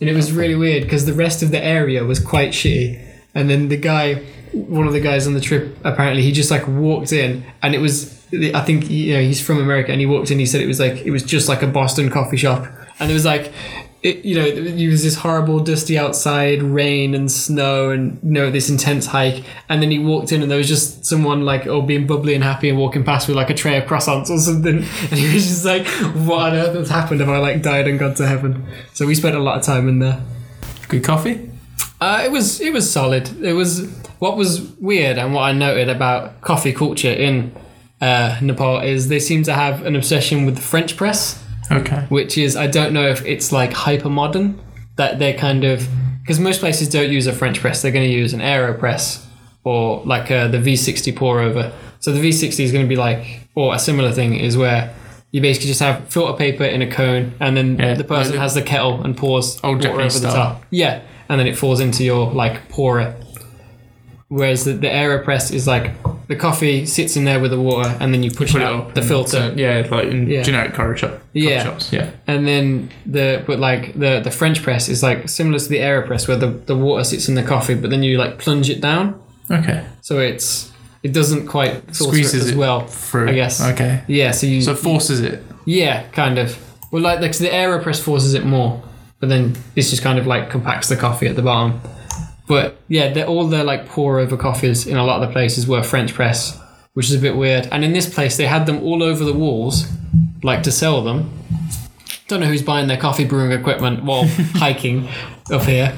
And it was really weird because the rest of the area was quite shitty. And then the guy, one of the guys on the trip, apparently he just like walked in, and it was. I think you know he's from America, and he walked in. He said it was like it was just like a Boston coffee shop, and it was like. It, you know, it was this horrible, dusty outside, rain and snow, and you know this intense hike. And then he walked in, and there was just someone like all being bubbly and happy and walking past with like a tray of croissants or something. And he was just like, "What on earth has happened? Have I like died and gone to heaven?" So we spent a lot of time in there. Good coffee. Uh, it was it was solid. It was what was weird and what I noted about coffee culture in uh, Nepal is they seem to have an obsession with the French press, Okay. which is I don't know if it's like hyper modern that they're kind of because most places don't use a French press. They're going to use an Aeropress or like uh, the V60 pour over. So the V60 is going to be like or a similar thing is where. You basically just have filter paper in a cone, and then Yeah, the person like the- has the kettle and pours Old water Japanese over the style. top. Yeah, and then it falls into your like pourer. Whereas the, the Aeropress is like the coffee sits in there with the water, and then you push Put it out up the and- filter. so, yeah, like in Yeah. generic coffee shop. coffee Yeah. Shops. Yeah. And then the but like the the French press is like similar to the Aeropress, where the the water sits in the coffee, but then you like plunge it down, Okay. so it's it doesn't quite filter Squeezes it as it well. Fruit. I guess. Okay. Yeah. So you. So it forces it. yeah, kind of. Well, like the, the Aeropress forces it more, but then this just kind of like compacts the coffee at the bottom. But yeah, they're, all the like pour over coffees in a lot of the places were French press, which is a bit weird. And in this place, they had them all over the walls, like to sell them. Don't know who's buying their coffee brewing equipment while hiking up here,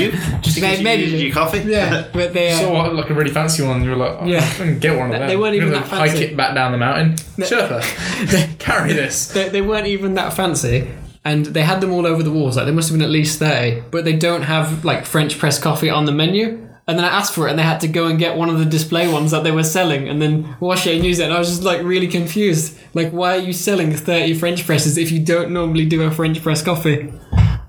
You? Just May- because you maybe- used your coffee? yeah, but they uh, Saw what, like a really fancy one. You were like, oh, Yeah. yeah, I'm gonna get one of them. They weren't I'm even gonna that fancy. Hike it back down the mountain. Sherpa, carry this. they, they weren't even that fancy and they had them all over the walls like they must have been at least 30 but they don't have like french press coffee on the menu and then I asked for it, and they had to go and get one of the display ones that they were selling, and then wash it and use it. And I was just like really confused. Like, why are you selling thirty French presses if you don't normally do a French press coffee?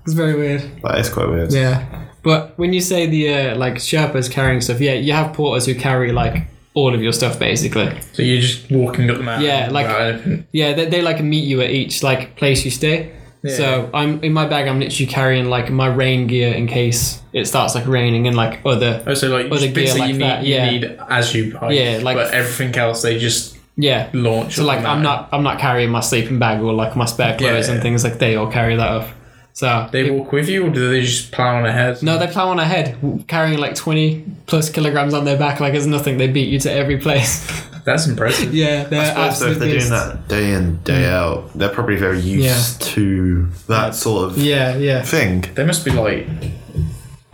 It's very weird. That is quite weird. Yeah, but when you say the uh, like Sherpas carrying stuff, yeah, you have porters who carry like all of your stuff basically. So you're just walking up the mountain. Yeah, like- without anything. Yeah, they, they like meet you at each like place you stay. So I'm in my bag. I'm literally carrying like my rain gear in case it starts like raining and like other Also, Oh, like Or the just bits that gear like you need, that, yeah. you need as you hike. Yeah, like- but everything else they just yeah. launch. So up like the I'm mountain. not I'm not carrying my sleeping bag or like my spare Yeah, clothes yeah. and things like they all carry that up. So They walk with you, or do they just plow on ahead? no, they plow on ahead, carrying like 20 plus kilograms on their back like it's nothing. They beat you to every place. that's impressive. yeah, they're Also, if absolute they're doing beasts. that day in, day out, they're probably very used to that sort of Yeah, yeah. thing. They must be like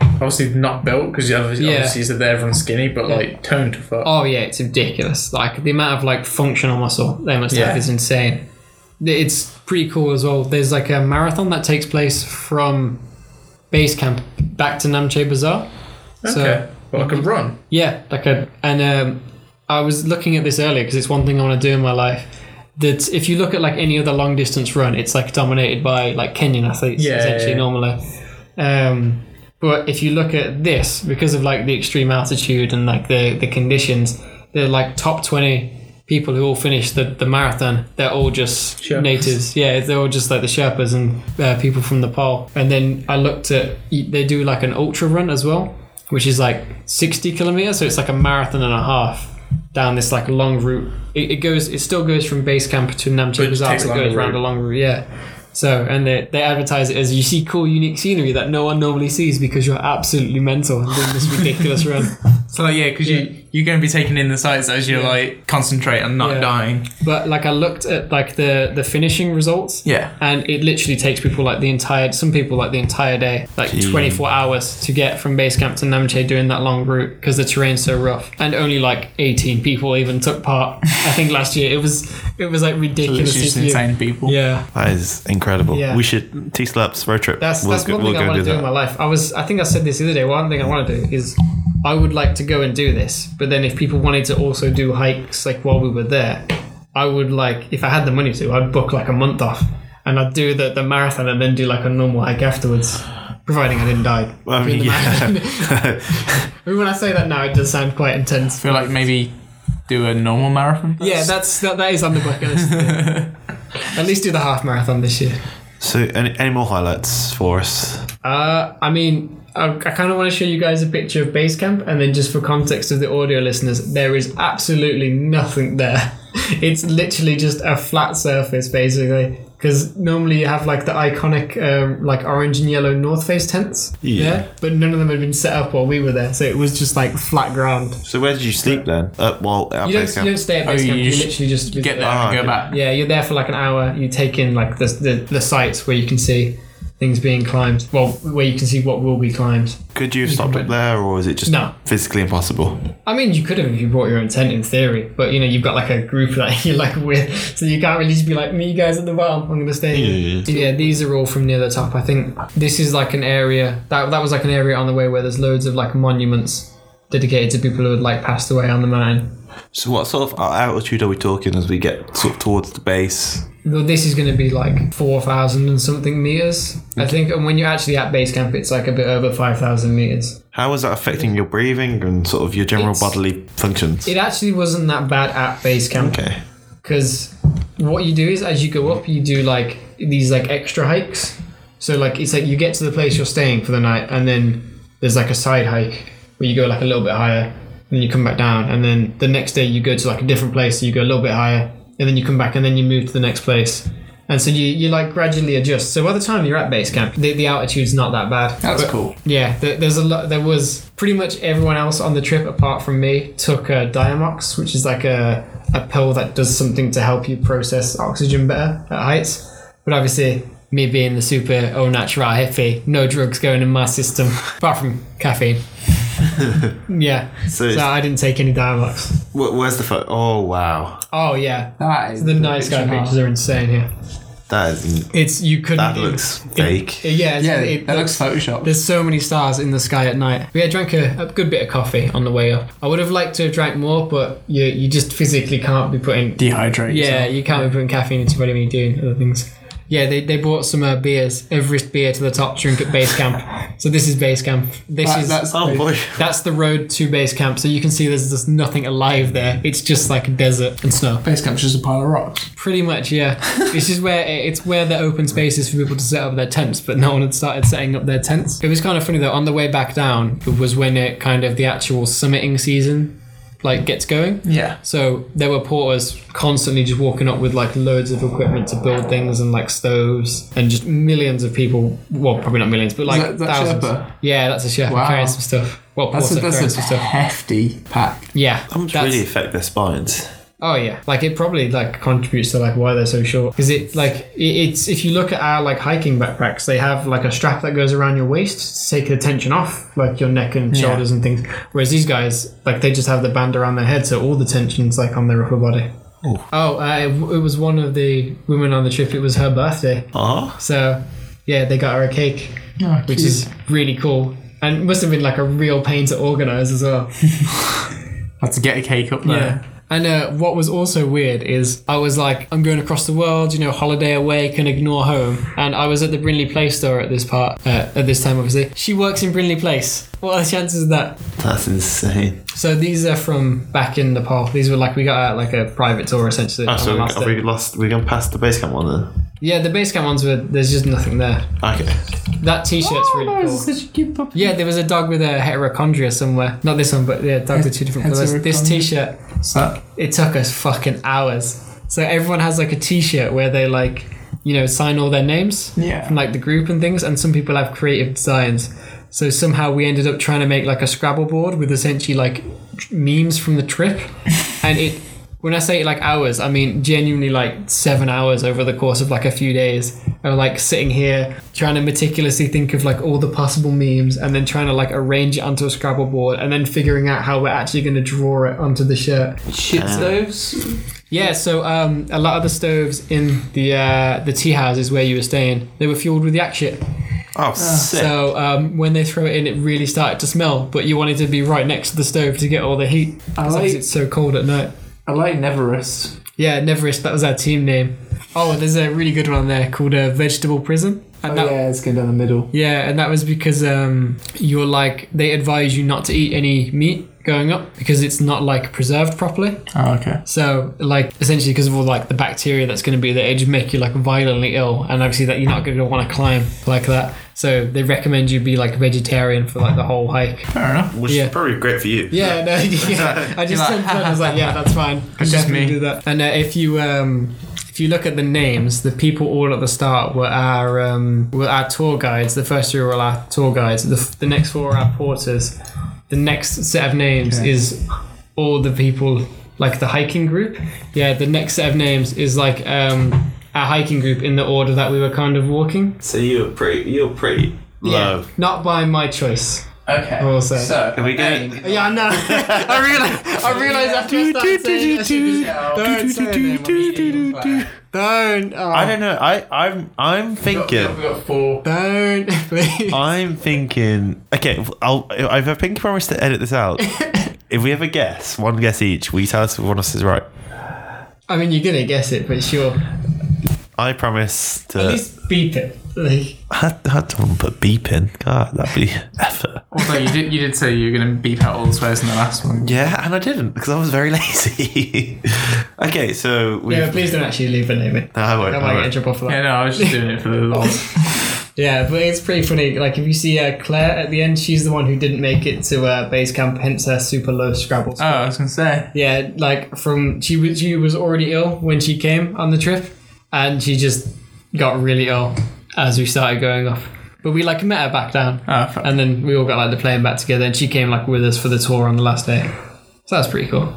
obviously not built because you obviously, Yeah. obviously said that everyone's skinny, but like toned to fuck. Oh yeah, it's ridiculous. Like the amount of like functional muscle they must Yeah. have is insane. It's pretty cool as well. There's like a marathon that takes place from base camp back to Namche Bazaar. okay, So well, I could run. yeah, like a and um, I was looking at this earlier because it's one thing I want to do in my life. That if you look at like any other long distance run, it's like dominated by like Kenyan athletes Yeah, essentially yeah, yeah. normally. Um, but if you look at this, because of like the extreme altitude and like the the conditions, they're like top twenty people who all finished the, the marathon. They're all just Sherpas. natives. Yeah, they're all just like the Sherpas and uh, people from Nepal. And then I looked at they do like an ultra run as well, which is like sixty kilometers. So it's like a marathon and a half down this like long route. It, it goes. It still goes from base camp to Namche it Bazaar. takes It a longer goes around route. a long route. Yeah. So, and they, they advertise it as you see cool, unique scenery that no one normally sees because you're absolutely mental and doing this ridiculous run. So like, yeah, because you you're going to be taking in the sights as you like concentrate on not Yeah. dying. But like, I looked at like the the finishing results. Yeah. And it literally takes people like the entire, some people like the entire day, like 24 hours to get from base camp to Namche doing that long route because the terrain's so rough. And only like 18 people even took part. I think last year it was, it was like Literally ridiculous. just insane people. Yeah. That is incredible. Yeah. We should T Slaps road trip. That's that's one thing I want to do, in my life. I was I think I said this the other day. One thing I want to do is I would like to go and do this, but then if people wanted to also do hikes like while we were there, I would like if I had the money to, I'd book like a month off and I'd do the, the marathon and then do like a normal hike afterwards, providing I didn't die. I mean, yeah. I mean, when I say that now, it does sound quite intense. I feel like maybe do a normal marathon. yeah, that's that, that is on the bucket list. At least do the half marathon this year. so, any, any more highlights for us? Uh, I mean, I, I kind of want to show you guys a picture of Basecamp, and then just for context of the audio listeners, there is absolutely nothing there. It's literally just a flat surface, basically. Because normally you have like the iconic, um, like orange and yellow North Face tents. Yeah. But none of them had been set up while we were there, so it was just like flat ground. So where did you sleep then? Uh, well, at You base don't, camp. you don't stay at Oh, Basecamp. you you, sh- literally just Get there Ah, and go okay. back. Yeah, you're there for like an hour. You take in like the the, the sites where you can see things being climbed. Well, where you can see what will be climbed. Could you have stopped up there, or is it just No. physically impossible? I mean, you could have if you brought your own tent in theory, but you know you've got like a group that you're like with, so you can't really just be like me guys at the bottom. I'm gonna stay. Yeah, here." yeah, these are all from near the top. I think this is like an area that that was like an area on the way where there's loads of like monuments dedicated to people who had like passed away on the mountain. So what sort of altitude are we talking as we get sort of towards the base? Well, this is going to be like 4,000 and something meters, I think. And when you're actually at base camp, it's like a bit over 5,000 meters. How is that affecting your breathing and sort of your general It's- bodily functions? It actually wasn't that bad at base camp okay. because what you do is as you go up, you do like these like extra hikes. So, like, it's like you get to the place you're staying for the night, and then there's like a side hike where you go like a little bit higher, and then you come back down, and then the next day you go to like a different place, so you go a little bit higher, and then you come back, and then you move to the next place. And so you, you like gradually adjust. So by the time you're at base camp, the, the altitude's not that bad. That's But- cool. yeah, there, there's a lot. There was pretty much everyone else on the trip apart from me took uh, Diamox, which is like a, a pill that does something to help you process oxygen better at heights. But obviously, me being the super au natural hippie, no drugs going in my system apart from caffeine. yeah, So, so it's- I didn't take any Diamox. wh- where's the photo? Oh wow, Oh yeah, That is the nice guy pictures are insane here. that is It's you couldn't. that looks fake. Yeah, it's- Yeah, it that looks- looks photoshopped. There's so many stars in the sky at night. We had drank a, a good bit of coffee on the way up. I would have liked to have drank more, but you you just physically can't be putting. Dehydrate. Yeah, yourself. you can't be putting caffeine into your body when you're doing other things. Yeah, they, they brought some uh, beers, Everest beer to the top drink at base camp. so this is base camp. This That- is that's Oh boy. that's the road to base camp. So you can see there's just nothing alive there. It's just like a desert and snow. base camp's just a pile of rocks. Pretty much, yeah. this is where it's where the open spaces for people to set up their tents, but no one had started setting up their tents. It was kind of funny though. On the way back down was when it kind of the actual summiting season, like gets going. Yeah. So there were porters constantly just walking up with like loads of equipment to build things and like stoves and just millions of people. Well, probably not millions, but like that- that thousands. Sherpa? Yeah, that's a chef Wow. carrying some stuff. Well, That's porter a, carrying that's a some stuff. hefty pack. Yeah, How much that's- really affect their spines? Oh yeah, like it probably like contributes to like why they're so short because it like it, it's if you look at our like hiking backpacks, they have like a strap that goes around your waist to take the tension off like your neck and Yeah. shoulders and things. Whereas these guys like they just have the band around their head, so all the tension's like on their upper body. Oh, uh, it, it was one of the women on the trip. It was her birthday, Ah, so yeah, they got her a cake, which is really cool. And it must have been like a real pain to organize as well. Had to get a cake up there. Yeah. And uh, what was also weird is I was like, I'm going across the world, you know, holiday away, can ignore home. And I was at the Brinley Place store at this part, uh, at this time, obviously. She works in Brinley Place. What are the chances of that? that's insane. So these are from back in Nepal. These were like, we got out like a private tour essentially. Oh, on so the we, last have day. we lost? We're gone past the base camp one then. yeah, the base camp ones were, there's just nothing there. Okay. That t shirt's Oh, really cool. such a cute puppy. Yeah, there was a dog with a heterochondria somewhere. Not this one, but yeah, dogs with two different colours. This Heterochondria. t shirt. it took us fucking hours. So everyone has like a t-shirt where they like, you know, sign all their names Yeah. from like the group and things, and some people have creative designs. So somehow we ended up trying to make like a Scrabble board with essentially like tr- memes from the trip, and it. When I say like hours, I mean genuinely like seven hours over the course of like a few days of like sitting here trying to meticulously think of like all the possible memes and then trying to like arrange it onto a Scrabble board and then figuring out how we're actually going to draw it onto the shirt. Shit stoves. Yeah, so um, a lot of the stoves in the uh, the tea houses where you were staying, they were fueled with yak shit. Oh, sick. Ah, So um, when they throw it in, it really started to smell. But you wanted to be right next to the stove to get all the heat. I Because like, it's so cold at night. I like Neverest. Yeah, Neverest, that was our team name. Oh, there's a really good one there called uh, Vegetable Prison. And that, Oh, yeah, it's going down the middle. yeah, and that was because um, you're like they advise you not to eat any meat going up because it's not like preserved properly. Oh, okay. So, like, essentially, because of all like the bacteria that's going to be there, it just make you like violently ill, and obviously that you're not going to want to climb like that. So they recommend you be like vegetarian for like the whole hike. Fair enough. Which Yeah. is probably great for you. Yeah, no, yeah. I just like, sent that. I was like, yeah, that's fine. It's just Definitely me. Do that. And uh, if you um, if you look at the names, the people all at the start were our um, were our tour guides. The first three were our tour guides. The, f- the next four are our porters. The next set of names Okay. is all the people like the hiking group. Yeah, the next set of names is like um, our hiking group in the order that we were kind of walking. So you're pretty. You're pretty low. Not by my choice. Okay. will say. So, Can we get- A, Yeah, I know. I realize. I realize after I started saying it, I should just- Don't say her name. Don't. Oh, I don't know. I I'm I'm thinking. We've got four. Don't. Please. I'm thinking. Okay, I'll. I've I think promised to edit this out. if we have a guess, one guess each, we tell us if one of us is right. I mean, you're gonna guess it, but sure. I promise to. At least beep it. Like, I, I don't put beep in. God, that'd be effort. Although you did, you did say you were going to beep out all the swears in the last one. Yeah, and I didn't because I was very lazy. okay, so we. yeah, please don't actually leave it name it. No, I won't. I I might won't. get in trouble for that. Yeah, no, I was just doing it for the Oh, lols. Yeah, but it's pretty funny. Like if you see uh, Claire at the end, she's the one who didn't make it to uh, base camp, hence her super low Scrabble. Oh, I was going to say. Yeah, like from she was she was already ill when she came on the trip, and she just got really ill as we started going off. But we like met her back down, Oh, fuck. and then we all got like the plane back together, and she came like with us for the tour on the last day. So that's pretty cool.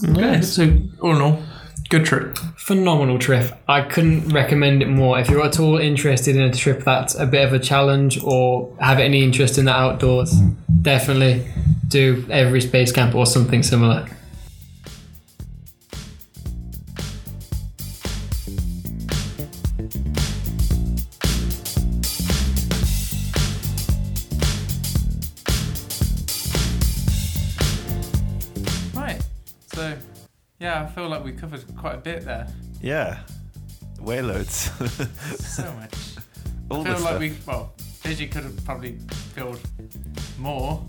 Yeah, so, all in all, good trip. Phenomenal trip. I couldn't recommend it more. If you're at all interested in a trip that's a bit of a challenge or have any interest in the outdoors, definitely do every space camp or something similar. Right. So, yeah, I feel like we covered quite a bit there. Yeah, way loads. So much. All I the feel stuff. like we, well, JJ could have probably filled more.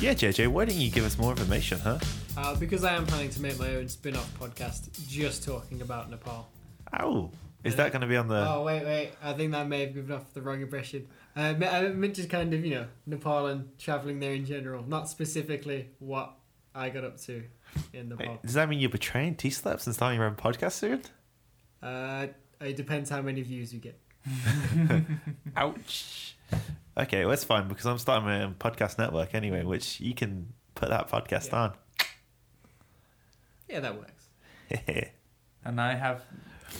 Yeah, JJ, why didn't you give us more information, huh? Uh, because I am planning to make my own spin off podcast just talking about Nepal. Ow. Is that going to be on the. Oh, wait, wait. I think that may have given off the wrong impression. Uh, me- I meant just kind of, you know, Nepal and traveling there in general, not specifically what I got up to in Nepal. Wait, does that mean you're betraying T Slaps and starting your own podcast soon? Uh, it depends how many views you get. Ouch. Okay, well, that's fine because I'm starting my own podcast network anyway, which you can put that podcast Yeah. Yeah, that works. on. And I have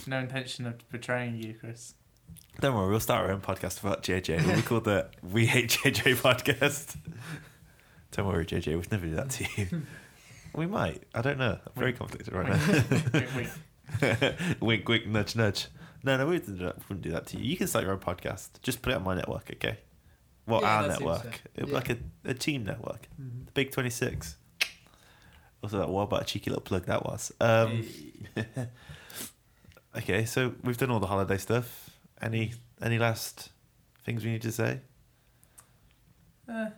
no intention of betraying you, Chris. Don't worry, we'll start our own podcast about JJ. We'll be called the We Hate JJ podcast. Don't worry, JJ, we'd never do that to you. We might. I don't know. I'm very conflicted right Wink, wink. now. wink, wink, nudge, nudge. No, no, we wouldn't do that, wouldn't do that to you. You can start your own podcast. Just put it on my network, okay? Well, Yeah, our that seems network. fair. Mm-hmm. It'd be Yeah. Like a, a team network. The Big 26. Also, that what about a cheeky little plug that was. Um, okay, so we've done all the holiday stuff. Any any last things we need to say? Eh,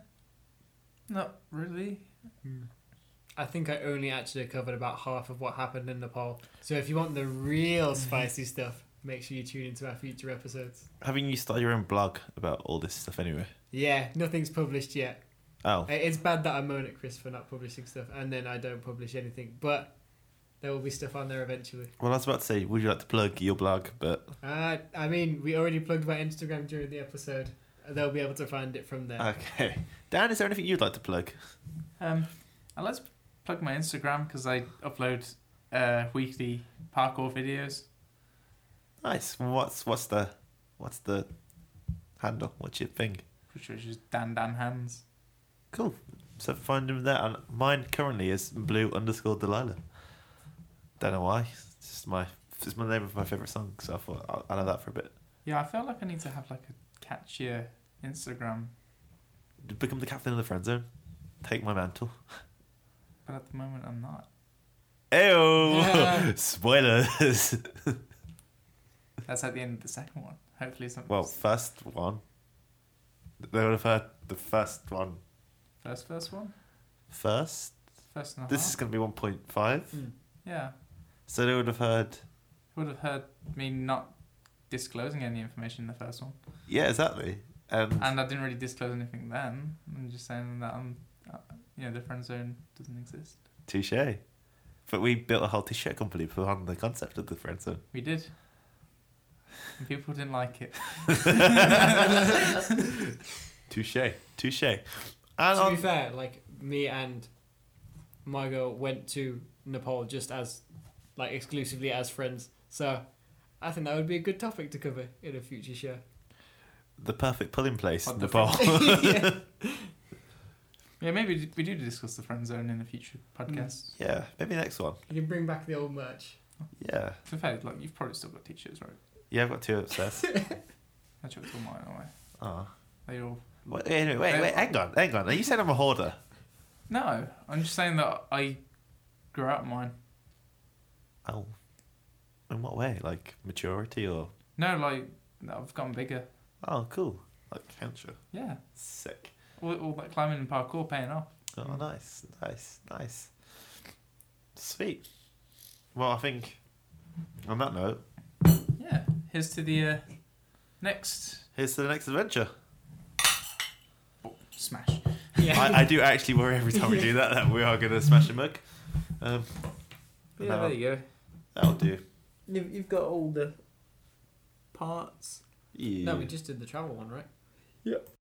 not really. I think I only actually covered about half of what happened in Nepal. So if you want the real spicy stuff, make sure you tune into our future episodes. Having you started your own blog about all this stuff anyway. Yeah, nothing's published yet. Oh, I- It's bad that I moan at Chris for not publishing stuff and then I don't publish anything, but there will be stuff on there eventually. well, I was about to say, would you like to plug your blog? But Uh, I mean, we already plugged my Instagram during the episode. They'll be able to find it from there. okay, Dan, is there anything you'd like to plug? Um, I like to plug my Instagram because I upload uh, weekly parkour videos. Nice. What's what's the what's the handle? What's your thing? Which is just Dan Dan Hands. Cool. So find him there. And mine currently is blue underscore Delilah. Don't know why. It's just my it's my name of my favorite song. So I thought I'll, I'll have that for a bit. Yeah, I feel like I need to have like a catchier Instagram, Become the captain of the friend zone. Take my mantle. but at the moment I'm not. Ew! Spoilers. That's at the end of the second one. Hopefully, something. well, first one. They would have heard the first one First, first one? first. First and a This half? is going to be 1.5. Yeah. So they would have heard. Would have heard me not disclosing any information in the first one. Yeah, exactly. And And I didn't really disclose anything then. I'm just saying that I'm, uh, you know, the friend zone doesn't exist. touche. But we built a whole t shirt company behind the concept of the friend zone. We did. And people didn't like it. Touche. Touche. And to be on, fair, like me and Margot went to Nepal just as, like, exclusively as friends. So, I think that would be a good topic to cover in a future show. the perfect pulling place, What the Nepal. Yeah, maybe we do discuss the friend zone in a future Mm. podcast. yeah, maybe next one. You can bring back the old merch. Yeah. To be fair, like you've probably still got t-shirts, right? Yeah, I've got two upstairs. I chucked all mine away. oh. They all. Wait, wait, wait, wait, hang on, hang on. Are you saying I'm a hoarder? No, I'm just saying that I grew out mine. Oh. In what way? Like maturity or. No, like I've gotten bigger. Oh, cool. Like cancer. Yeah, Sick. all, all that climbing and parkour paying off. Oh, nice, nice, nice. Sweet. Well, I think on that note, Yeah, here's to the uh, next here's to the next adventure. smash. Yeah. I, I do actually worry every time we do that that we are going to smash a mug. Um, Yeah, no, there you go. that'll do. You've, you've got all the parts. Yeah. No, we just did the travel one, right? Yep.